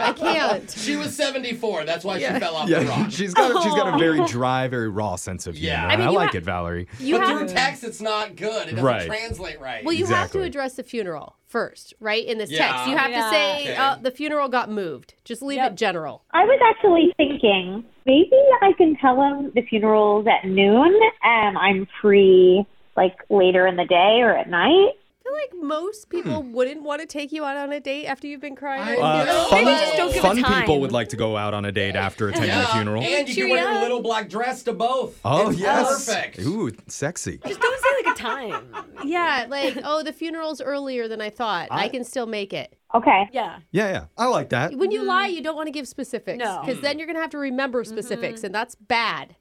I can't.
She was 74. That's why she fell off the
Yeah,
rock.
she's got a, she's got a
[laughs]
very
Aw.
dry, very raw sense of humor.
Yeah.
and
I
I,
mean, you
like
ha-
it, Valerie.
You
but
have
through text, it's not good. It doesn't
Right.
translate right.
Well, you
Exactly.
have to address the funeral first, right? In this
Yeah.
text, you have
Yeah.
to say
Okay.
uh, the funeral got moved. Just leave it general.
I was actually thinking maybe I can tell him the funeral's at noon and I'm free like later in the day or at night.
I feel like most
Hmm.
people wouldn't want to take you out on a date after you've been crying.
Uh,
Maybe
fun fun
time.
people would like to go out on a date after attending a funeral.
And you can wear your little black dress to both.
Oh
It's
yes.
Perfect.
Ooh, sexy.
Just don't say like a time.
[laughs]
Yeah, like, oh, the funeral's earlier than I thought. I,
I-
can still make it.
Okay.
Yeah. Mm-hmm.
Yeah, yeah. I like that.
When you lie, you don't want to give specifics.
No.
Because then you're going to have to remember specifics, and that's bad.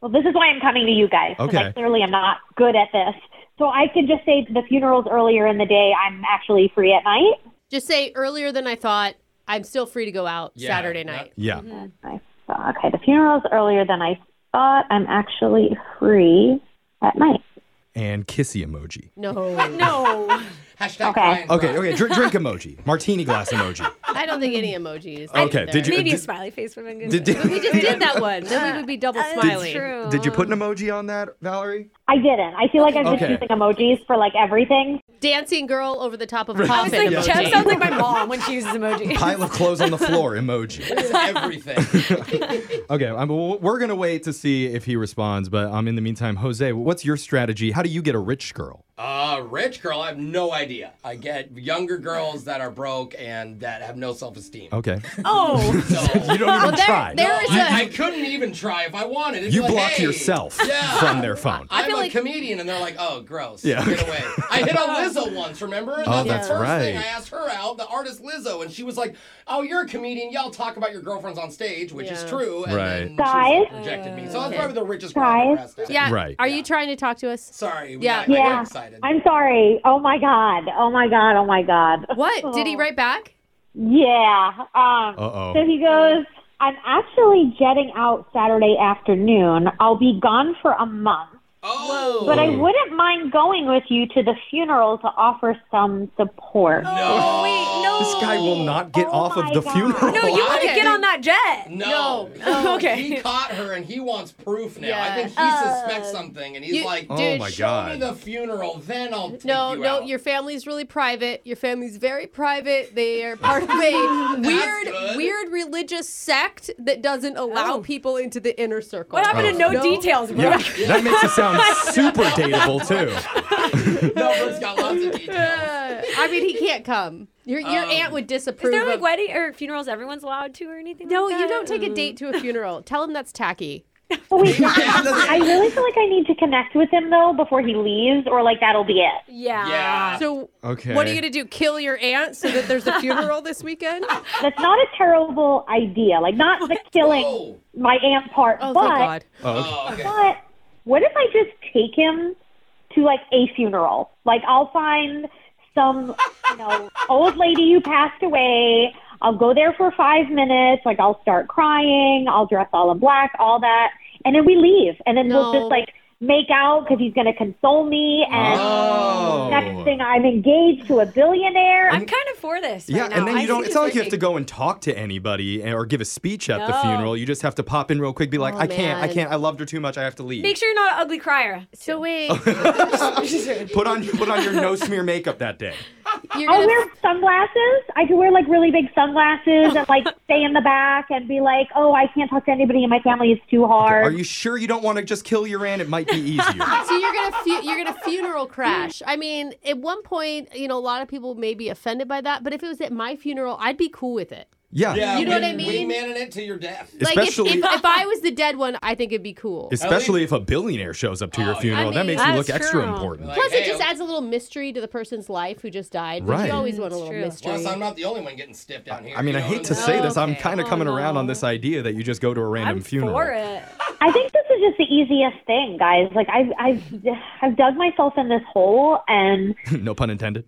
Well, this is why I'm coming to you guys. 'cause I
Okay.
clearly I'm not good at this. So I could just say the funeral's earlier in the day. I'm actually free at night.
Just say earlier than I thought. I'm still free to go out
Yeah,
Saturday night.
Yeah.
Uh, Okay, the funeral's earlier than I thought. I'm actually free at night.
And kissy emoji.
No. [laughs]
no.
Hashtag
Okay, okay.
[laughs]
Drink, drink emoji. Martini glass emoji.
I don't think any emojis.
[laughs] Okay, did you-
Maybe a
did-
smiley face would have been
did-
good.
did-
But
We just did that one. Then we would be double smiling.
true.
Did you put an emoji on that,
[laughs]
Valerie?
I didn't. I feel like I'm just
Okay.
using emojis for like everything.
Dancing girl over the top of
Right.
a
I was
coffin.
like,
emoji.
Jeff sounds
[laughs]
like
my mom when she uses emoji.
Pile of clothes on the [laughs] floor emoji.
everything.
Okay, I'm, we're going to wait to see if he responds. But um, in the meantime, Jose, what's your strategy? How do you get a rich girl?
Uh, rich girl, I have no idea. I get younger girls that are broke and that have no self esteem.
Okay.
[laughs]
Oh.
you don't even
Well, there-
try.
There is I, I couldn't even try if I wanted. It'd
You
be like,
block
hey,
yourself
Yeah. [laughs]
from their phone.
I'm a comedian, and they're like, "Oh, gross!
[laughs] Yeah.
Get away!" I hit on Lizzo once, remember? And
Oh,
that was
that's
the first
right.
thing I asked her out, the artist Lizzo, and she was like, "Oh, you're a comedian. Y'all talk about your girlfriends on stage, which is
Yeah.
true." And
Right.
then she
Guys?
rejected me. So that's
Okay.
probably the richest girl I ever asked out.
Yeah.
Right.
Are you trying to talk to us?
Sorry. we
Yeah.
got- I got excited.
I'm sorry. Oh my god. Oh my god. Oh my god.
What? Did he
Oh.
write back?
Yeah. Um,
Oh.
Uh-oh.
So he goes, I'm actually jetting out Saturday afternoon. I'll be gone for a month.
Oh.
But I wouldn't mind going with you to the funeral to offer some support.
[laughs] No.
Wait, no.
[laughs]
[laughs] Oh
This guy will not get off of the funeral.
No, you want to
I
get on that jet.
[laughs] No.
No. Okay.
He caught her and he wants proof now. I
Yeah.
think he suspects something and he's
you-
like,
Oh
dude,
my
show
God.
me the funeral, then I'll take
No,
you
no,
out.
your family's really private. Your family's very private. They are part of
[laughs]
a
That's
weird,
good. Oh.
weird religious sect that doesn't allow people into the inner circle.
What happened
Oh.
to no, details, bro?
Oh.
[laughs]
Yeah, that makes it sound super dateable too.
[laughs] Melbourne's got lots
[laughs]
of details.
Uh, I mean, he can't come. Your, your
Um,
aunt would
Is
disapprove.
there like
of-
wedding or funerals everyone's allowed to or anything?
no,
like
you
that? Mm.
don't
Mm.
take a date to a
[laughs]
funeral. Tell him that's tacky.
I really feel like I need to connect with him though before he leaves, or like that'll be it.
Yeah.
So,
Okay.
what are you gonna do? Kill your aunt so that there's a funeral this weekend?
That's not a terrible idea. Like not the killing my aunt part,
Oh,
but
thank God.
Oh, okay.
But what if I just take him to like a funeral? Like I'll find some, you
[laughs]
know, old lady who passed away. I'll go there for five minutes. Like I'll start crying. I'll dress all in black, all that, and then we leave. And then we'll
No.
just like make out because he's gonna console me. And
Oh.
next thing, I'm engaged to a billionaire.
I'm kind of for this.
Yeah,
right now.
and then
I
you don't.
see
It's
this
not like you have to
working.
go and talk to anybody and- or give a speech at the
No.
funeral. You just have to pop in real quick, be like,
Oh,
I can't, I
man.
can't, I loved her too much, I have to leave.
Make sure you're not an ugly crier.
[laughs]
So wait,
put on, put on your no smear makeup that day.
you're
I'll
gonna
wear sunglasses. I could wear like really big sunglasses and
[laughs]
like stay in the back and be like, oh, I can't talk to anybody in my family. It's too hard.
Are you sure you don't want to just kill your aunt? It might be
[laughs]
easier.
so you're gonna fu- you're gonna funeral crash. I mean, at one point, you know, a lot of people may be offended by that, but if it was at my funeral, I'd be cool with it.
Yeah.
You know
wing-
what I mean?
Wingmanning it to your death.
Especially-
like if, if, if I was the dead one, I think it'd be cool.
Especially if a billionaire shows up to
Oh,
your funeral,
I
that
mean,
makes you
that's
look extra
true.
important.
Plus, it just adds a little mystery to the person's life who just died. Which
Right.
You always
Mm,
want a
it's
little
true.
mystery.
Plus, I'm not the only one getting stiffed down here.
I mean,
you
I
know
hate
what
to
I'm
say
saying?
this. I'm kind of coming around on this idea that you just go to a random funeral.
it.
I think this is just the easiest thing, guys. Like I've I've I've dug myself in this hole
[laughs]
and
[laughs] no pun intended.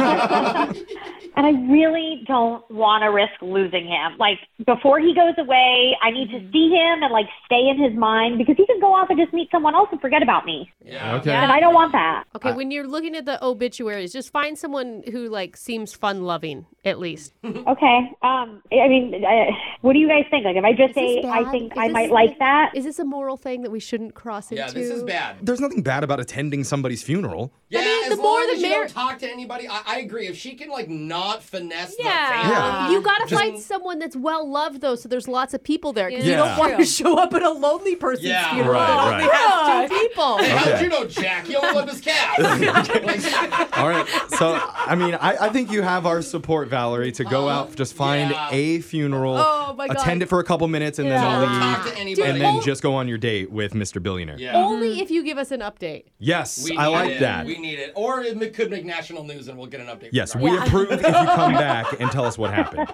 and I really don't want to risk losing him. Like before he goes away, I need to see him and like stay in his mind because he can go off and just meet someone else and forget about me.
Okay.
And I don't want that.
Okay, when you're looking at the obituaries, just find someone who like seems fun loving
[laughs]
at least.
Okay. Um. I mean, uh, what do you guys think? Like, if I just say I think I might like that,
Is this a moral thing that we shouldn't cross into?
Yeah, this is bad.
There's nothing bad about attending somebody's funeral.
Yeah,
mean,
as
the more
long
the
as you
mer-
don't talk to anybody, I, I agree. If she can like not finesse the
Yeah.
family,
You gotta
just-
find someone that's well loved though, so there's lots of people there. Because you
Yeah.
don't want
True.
to show up at a lonely person's
Yeah.
funeral.
Right,
that
right.
only has two people.
Hey, how'd
Okay.
you know Jack? He only loved his
[laughs]
cat.
All right. So, [laughs] I mean, I, I think you have our support, Valerie, to go out, just find a funeral,
Oh, my God.
attend it for a couple minutes, and
Yeah.
then
Don't talk to
leave.
anybody.
and then
Dude,
just go on your date with Mr. Billionaire.
Only if you give us an update.
Yes,
We
I
need
like
it.
that.
We need it. Or it m- could make national news and we'll get an update.
yes,
regarding
we
it.
approve if you
[laughs]
come back and tell us what happened.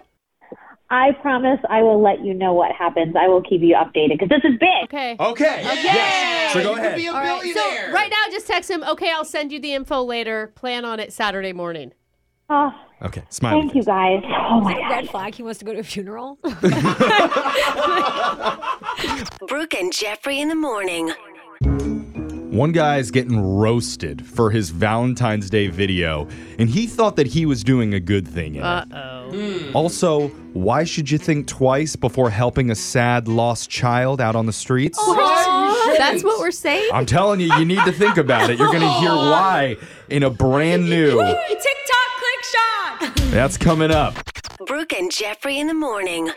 I promise I will let you know what happens. I will keep you updated because this is big.
Okay.
Okay.
Yes.
So go ahead.
All right, so right now, just text him. Okay, I'll send you the info later. Plan on it Saturday morning.
Oh,
Okay, smile.
you guys. Oh my
Red flag. He wants to go to a
[laughs]
funeral.
[laughs] Brooke and Jeffrey in the morning.
One guy's getting roasted for his Valentine's Day video, and he thought that he was doing a good thing. in it.
oh.
Also, why should you think twice before helping a sad, lost child out on the streets?
Oh. That's what we're saying.
I'm telling you, you need to think about it. You're going
Oh.
to hear why in a brand
[laughs]
new.
TikTok click shot.
That's coming up.
Brooke and Jeffrey in the morning.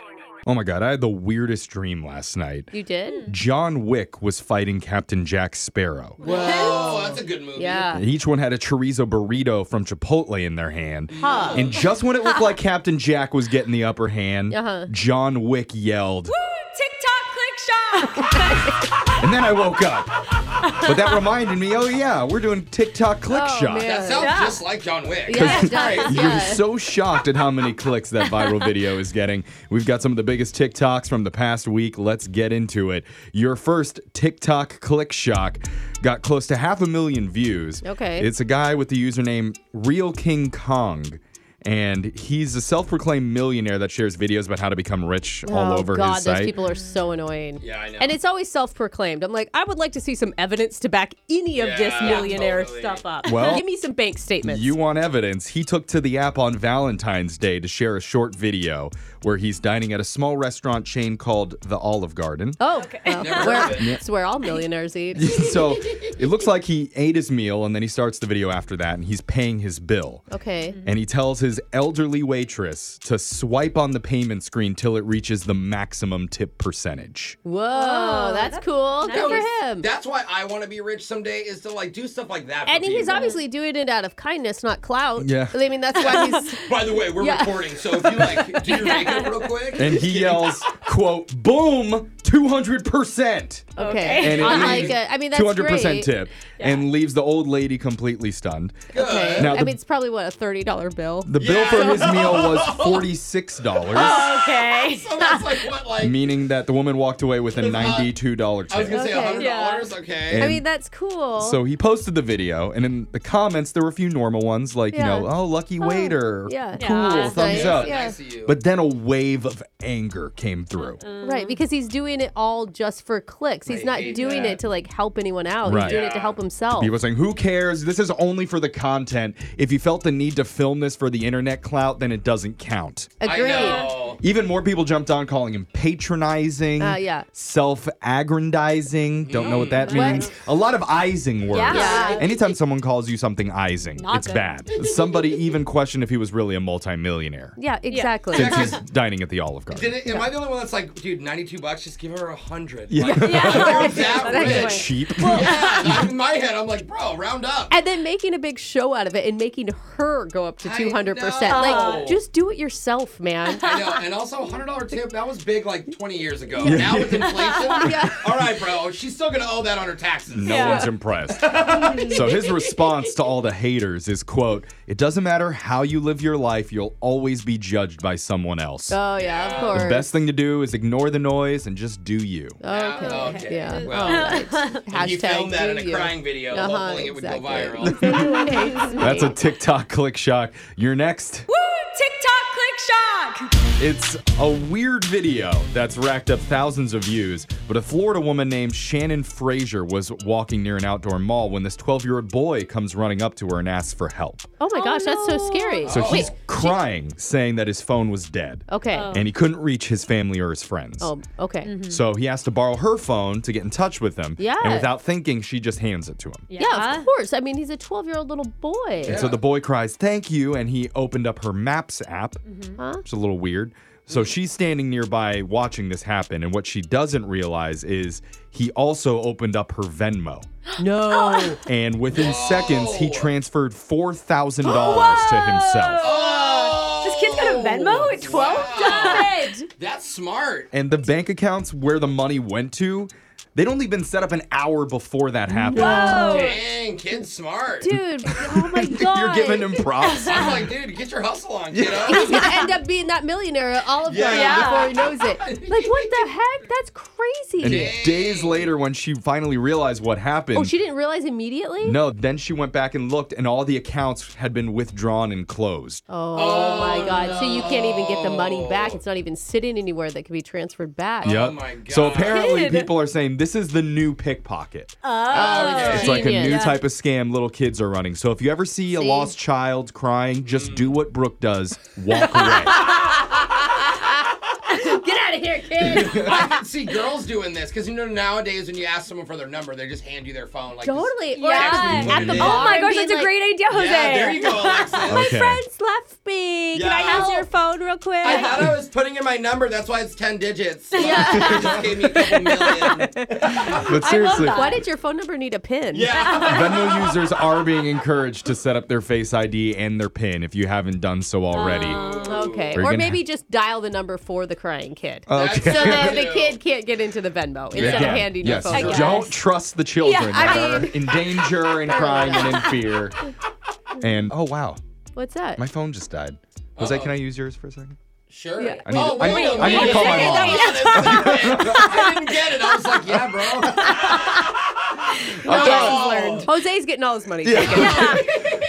Oh my God, I had the weirdest dream last night.
You did?
John Wick was fighting Captain Jack Sparrow.
Whoa, that's a good movie.
Yeah.
And Each one had a chorizo burrito from Chipotle in their hand.
Huh.
And just when it looked
[laughs]
like Captain Jack was getting the upper hand,
Uh-huh.
John Wick yelled.
TikTok click shot.
And then I woke up. But that reminded me, oh yeah, we're doing TikTok click
Oh,
shot.
man. That sounds
Yeah.
just like John Wick.
[laughs] 'Cause
Right.
You're so shocked at how many clicks that
[laughs]
viral video is getting. We've got some of the biggest TikToks from the past week. Let's get into it. Your first TikTok click shock got close to half a million views.
Okay.
It's a guy with the username Real King Kong. And he's a self-proclaimed millionaire that shares videos about how to become rich all
oh
over
God,
his
those
site.
people are so annoying. Yeah, I
know.
And it's always self-proclaimed. I'm like, I would like to see some evidence to back any of this
Yeah,
millionaire stuff up.
Well,
give me some bank statements.
You want evidence? He took to the app on Valentine's Day to share a short video where he's dining at a small restaurant chain called the Olive Garden. [laughs]
Oh, well, where,
it.
it's where all millionaires
[laughs]
eat.
so it looks like he ate his meal and then he starts the video after that and he's paying his bill.
Okay.
And he tells his elderly waitress to swipe on the payment screen till it reaches the maximum tip percentage.
Whoa, that's, cool. Good for him.
That's why I want to be rich someday is to like do stuff like that. for
And he's
people.
obviously doing it out of kindness, not clout.
Yeah.
I mean, that's why he's. [laughs]
By the way, we're
Yeah.
recording, so if you
[laughs]
like, do your makeup real quick.
And he yells, quote, boom, 200%.
Okay.
And it
I
leaves
like it. I mean, that's
200%
great.
tip and leaves the old lady completely stunned.
Okay.
Now,
I
the-
mean, it's probably what a thirty dollar bill.
The bill for his
[laughs]
meal was
Oh
$46, [laughs]
okay.
so that's like
[laughs]
what [laughs] like.
meaning that the woman walked away with a $92
I was
tip.
gonna say
Okay.
hundred dollars. Okay.
I
And-
mean, that's cool.
So he posted the video, and in the comments, there were a few normal ones like, you know,
Yeah.
oh, lucky waiter.
yeah.
Cool.
Yeah.
Thumbs
That's nice.
up.
Yeah. Nice
But then a wave of anger came through.
Right, because he's doing it all just for clicks. He's not doing
that.
it to like help anyone out.
Right.
He's doing it to help himself.
People saying, who cares? This is only for the content. If you felt the need to film this for the internet clout, then it doesn't count.
Agreed.
Even more people jumped on calling him patronizing,
Uh, yeah. Mm.
self-aggrandizing. Don't know what that means. A lot of ising words.
Yeah. Yeah.
Anytime someone calls you something ising,
Not
it's
good.
bad. Somebody even questioned if he was really a multimillionaire
Yeah, exactly.
since he's dining at the Olive Garden.
Did it, am I the only one that's like, dude, 92 bucks, just give her a 100?
Yeah.
Like,
[laughs]
Yeah.
You're that rich.
Cheap.
[laughs] Yeah, in my head, I'm like, bro, round up.
uh, And then making a big show out of it and making her go up to
I
200%.
know.
Like, just do it yourself, man.
I know, and also a hundred dollar tip that was big like twenty years ago. Now with
[laughs]
inflation, all right, bro, she's still gonna owe that on her taxes.
No one's impressed. so
[laughs]
his response to all the haters is quote, it doesn't matter how you live your life, you'll always be judged by someone else.
[laughs] Oh, yeah, of course. Oh.
The best thing to do is ignore the noise and just do you.
[laughs] Okay. Yeah.
Well,
All right.
if you
Hashtag
filmed that in
do
a
you.
crying video,
Uh-huh,
hopefully it would go
exactly.
viral.
Hates me.
That's a TikTok click shock. You're next.
Woo! TikTok click
shock.
It's a weird video that's racked up thousands of views, but a Florida woman named Shannon Fraser was walking near an outdoor mall when this 12 year old boy comes running up to her and asks for help.
Oh my gosh, that's so scary.
So
Oh. Wait,
he's crying, saying that his phone was dead.
Okay.
And he couldn't reach his family or his friends.
Oh, okay.
Mm-hmm.
So he has to borrow her phone to get in touch with them. And
Yeah.
without thinking, she just hands it to him.
yeah. of course. I mean, he's a 12 year old little boy.
And so the boy cries, Thank you. And he opened up her Maps app,
Mm-hmm.
Huh?
which is a little weird. So
Mm.
she's standing nearby watching this happen. And what she doesn't realize is he also opened up her Venmo.
[gasps] No.
And within seconds, he transferred $4,000 to himself.
This kid's got a Venmo at 12?
That's smart.
And the bank accounts where the money went to, they'd only been set up an hour before that happened.
Dang, kid's smart. [laughs]
Dude, oh my god.
You're giving him
[laughs]
props.
I'm like, dude, get your hustle
[laughs]
on, kiddo.
He's gonna end up being that millionaire all of
Yeah.
them
Yeah.
before he knows
[laughs]
it. Like what the heck? That's crazy.
And days later, when she finally realized what happened,
oh, she didn't realize immediately.
No, then she went back and looked, and all the accounts had been withdrawn and closed.
Oh, my god. So you can't even get the money back. It's not even sitting anywhere that can be transferred back.
Yep. So apparently,
Kid.
people are saying this is the new pickpocket.
Oh,
It's like a new type
[laughs]
of [laughs] scam little kids are running. So if you ever see, a
See?
lost child crying, just do what Brooke does walk away.
[laughs] Get out of here, kid.
I can see girls doing this because you know nowadays when you ask someone for their number, they just hand you their phone. Like,
Totally.
just
Or
text
at
me
the-
what
at
it
the
is.
bar.
Oh my gosh,
Being
that's a
like-
great idea, Jose.
Yeah, there you go, Alexa.
My
Okay.
friends left me. Can I
Yeah.
use your phone real quick?
I thought I was putting in my number. That's why it's ten digits. They just gave me a couple
But seriously,
Why did your phone number need a pin? [laughs]
Venmo users are being encouraged to set up their Face ID and their PIN if you haven't done so already.
Oh. Okay.
We're
Or
gonna- Oh,
maybe just dial the number for the crying kid.
Okay.
So that
[laughs]
the kid can't get into the Venmo instead of
Again,
handing
yes,
your phone. number.
don't trust the children
Yeah,
that
I
are
mean-
in danger and crying
[laughs]
and in fear. And oh wow,
What's that?
my phone just died. Was that? Can I use yours for a
[laughs]
second?
Sure.
Yeah.
I need,
Oh,
I,
wait,
I need to
wait,
call my
wait,
[laughs]
mom.
I didn't get it. I was like, yeah, bro.
I'm done.
Jose's getting all his money.
Yeah.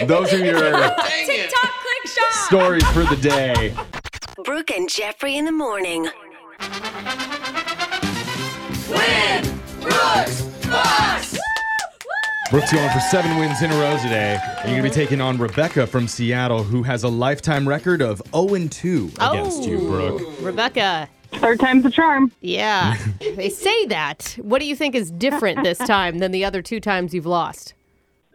Those are your
TikTok click shot.
stories for the day.
Brooke and Jeffrey in the morning.
Brooke's going for seven wins in a row today. And you're going to be taking on Rebecca from Seattle, who has a lifetime record of 0 and 2 against you,
Oh.
Brooke. [laughs]
Rebecca.
Third time's the charm.
Yeah. they say that. What do you think is different this time than the other two times you've lost?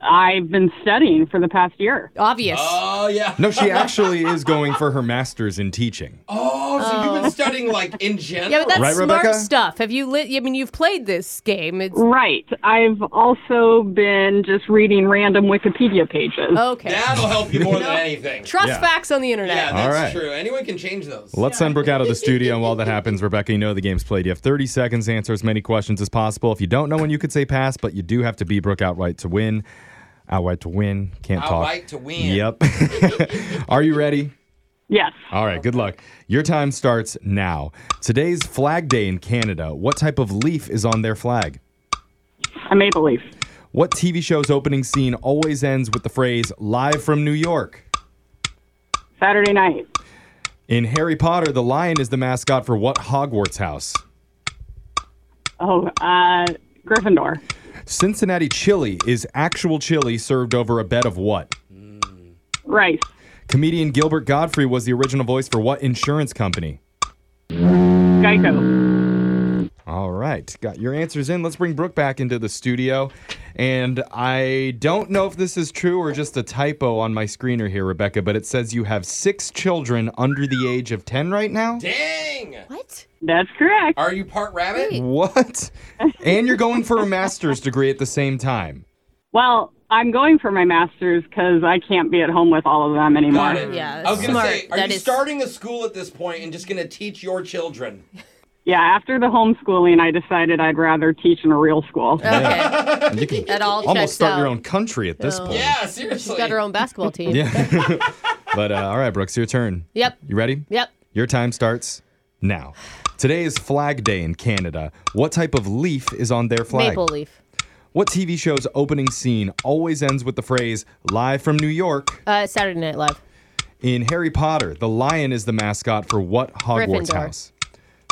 I've been studying for the past year.
Obvious.
Oh yeah.
No, she actually is going for her master's in teaching.
Oh, so you've been studying like in general.
Yeah, but that's
Right,
smart
Rebecca?
stuff. Have you lit? I mean, you've played this game. It's
Right. I've also been just reading random Wikipedia pages.
Okay.
That'll help you more than anything.
Trust
Yeah.
facts on the internet.
Yeah,
All
that's
right.
true. Anyone can change those.
Let's send Brooke out of the studio. And
[laughs]
while that happens, Rebecca, you know the game's played. You have 30 seconds to answer as many questions as possible. If you don't know when you could say pass, but you do have to be Brooke outright to win. Outright to win. Can't talk.
Outright to win.
Yep. [laughs] Are you ready?
Yes.
All right, good luck. Your time starts now. Today's Flag Day in Canada. What type of leaf is on their flag?
A maple leaf.
What TV show's opening scene always ends with the phrase live from New York?
Saturday night.
In Harry Potter, the lion is the mascot for what Hogwarts house?
Oh, uh, Gryffindor.
Cincinnati chili is actual chili served over a bed of what?
Rice.
Comedian Gilbert Godfrey was the original voice for what insurance company?
Geico.
All right, got your answers in. Let's bring Brooke back into the studio. And I don't know if this is true or just a typo on my screener here, Rebecca, but it says you have six children under the age of 10 right now.
Dang.
What?
That's correct.
Are you part rabbit?
[laughs]
What? and you're going for a master's degree at the same time.
Well, I'm going for my master's because I can't be at home with all of them anymore.
Got it. I was gonna say, are you starting a school at this point and just gonna teach your
[laughs]
children?
Yeah, after the homeschooling, I decided I'd rather teach in a real school.
And [laughs] you can
That all checks
almost start
out.
your own country at this point.
Yeah, seriously.
She's got her own basketball team.
Yeah. but uh, all right, Brooks, your turn.
[laughs] Yep.
You ready?
Yep.
Your time starts now. Today is Flag Day in Canada. What type of leaf is on their flag?
Maple leaf.
What TV show's opening scene always ends with the phrase "Live from New York"?
Uh, Saturday Night Live.
In Harry Potter, the lion is the mascot for what Hogwarts
Gryffindor.
house?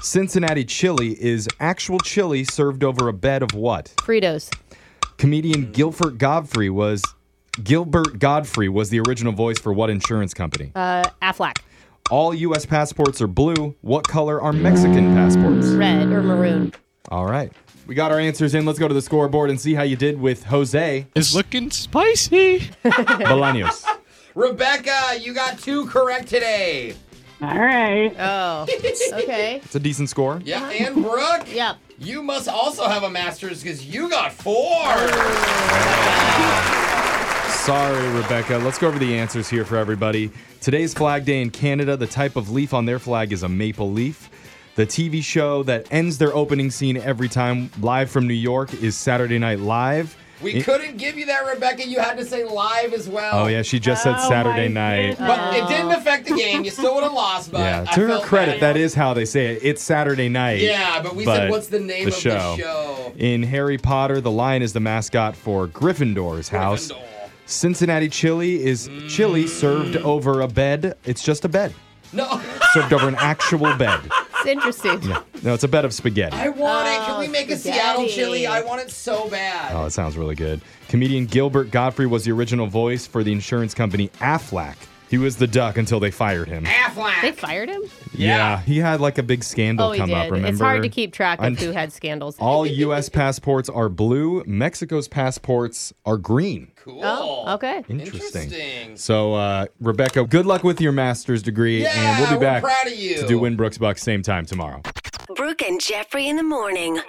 Cincinnati chili is actual chili served over a bed of what?
Fritos. Hmm.
Comedian Gilbert Godfrey was Gilbert Godfrey was the original voice for what insurance company?
Uh, Aflac.
All U.S. passports are blue. What color are Mexican passports?
Red or maroon.
All right. We got our answers in. Let's go to the scoreboard and see how you did with Jose. It's looking spicy. Bolaños.
[laughs] Rebecca, you got two correct today.
All right. Oh. Okay. Uh-huh.
It's a decent score.
[laughs] Yeah, and Brooke.
Yep.
You must also have a master's because you got four.
Oh.
Sorry, Rebecca. Let's go over the answers here for everybody. Today's Flag Day in Canada. The type of leaf on their flag is a maple leaf. The TV show that ends their opening scene every time live from New York is Saturday Night Live.
We
It-
couldn't give you that, Rebecca. You had to say live as well.
Oh, yeah, she just said Saturday night.
But it
Oh.
didn't affect the game. You still would have
[laughs]
lost, but
Yeah,
I
to her
felt
credit,
bad.
that is how they say it. It's Saturday night.
Yeah, but we said, what's the name of the show?
In Harry Potter, the lion is the mascot for Gryffindor's house. Cincinnati chili is chili served over a bed. It's just a bed.
No.
served over an actual bed.
It's interesting.
Yeah. No, it's a bed of spaghetti.
I want it. Can
Oh,
we make a
spaghetti.
Seattle chili? I want it so bad.
Oh, that sounds really good. Comedian Gilbert Godfrey was the original voice for the insurance company Aflac. He was the duck until they fired him.
Aflac.
They fired him?
Yeah, he had like a big scandal
oh, he
come
did.
up. Remember,
It's hard to keep track of
I'm-
who had scandals.
[laughs] All U.S. passports are blue. Mexico's passports are green.
Cool.
Oh, okay.
Interesting. So, uh, Rebecca, good luck with your master's degree, and we'll
Yeah,
be
we're
back
proud of you.
to do Winbrook's Bucks same time tomorrow.
Brooke and Jeffrey in the morning.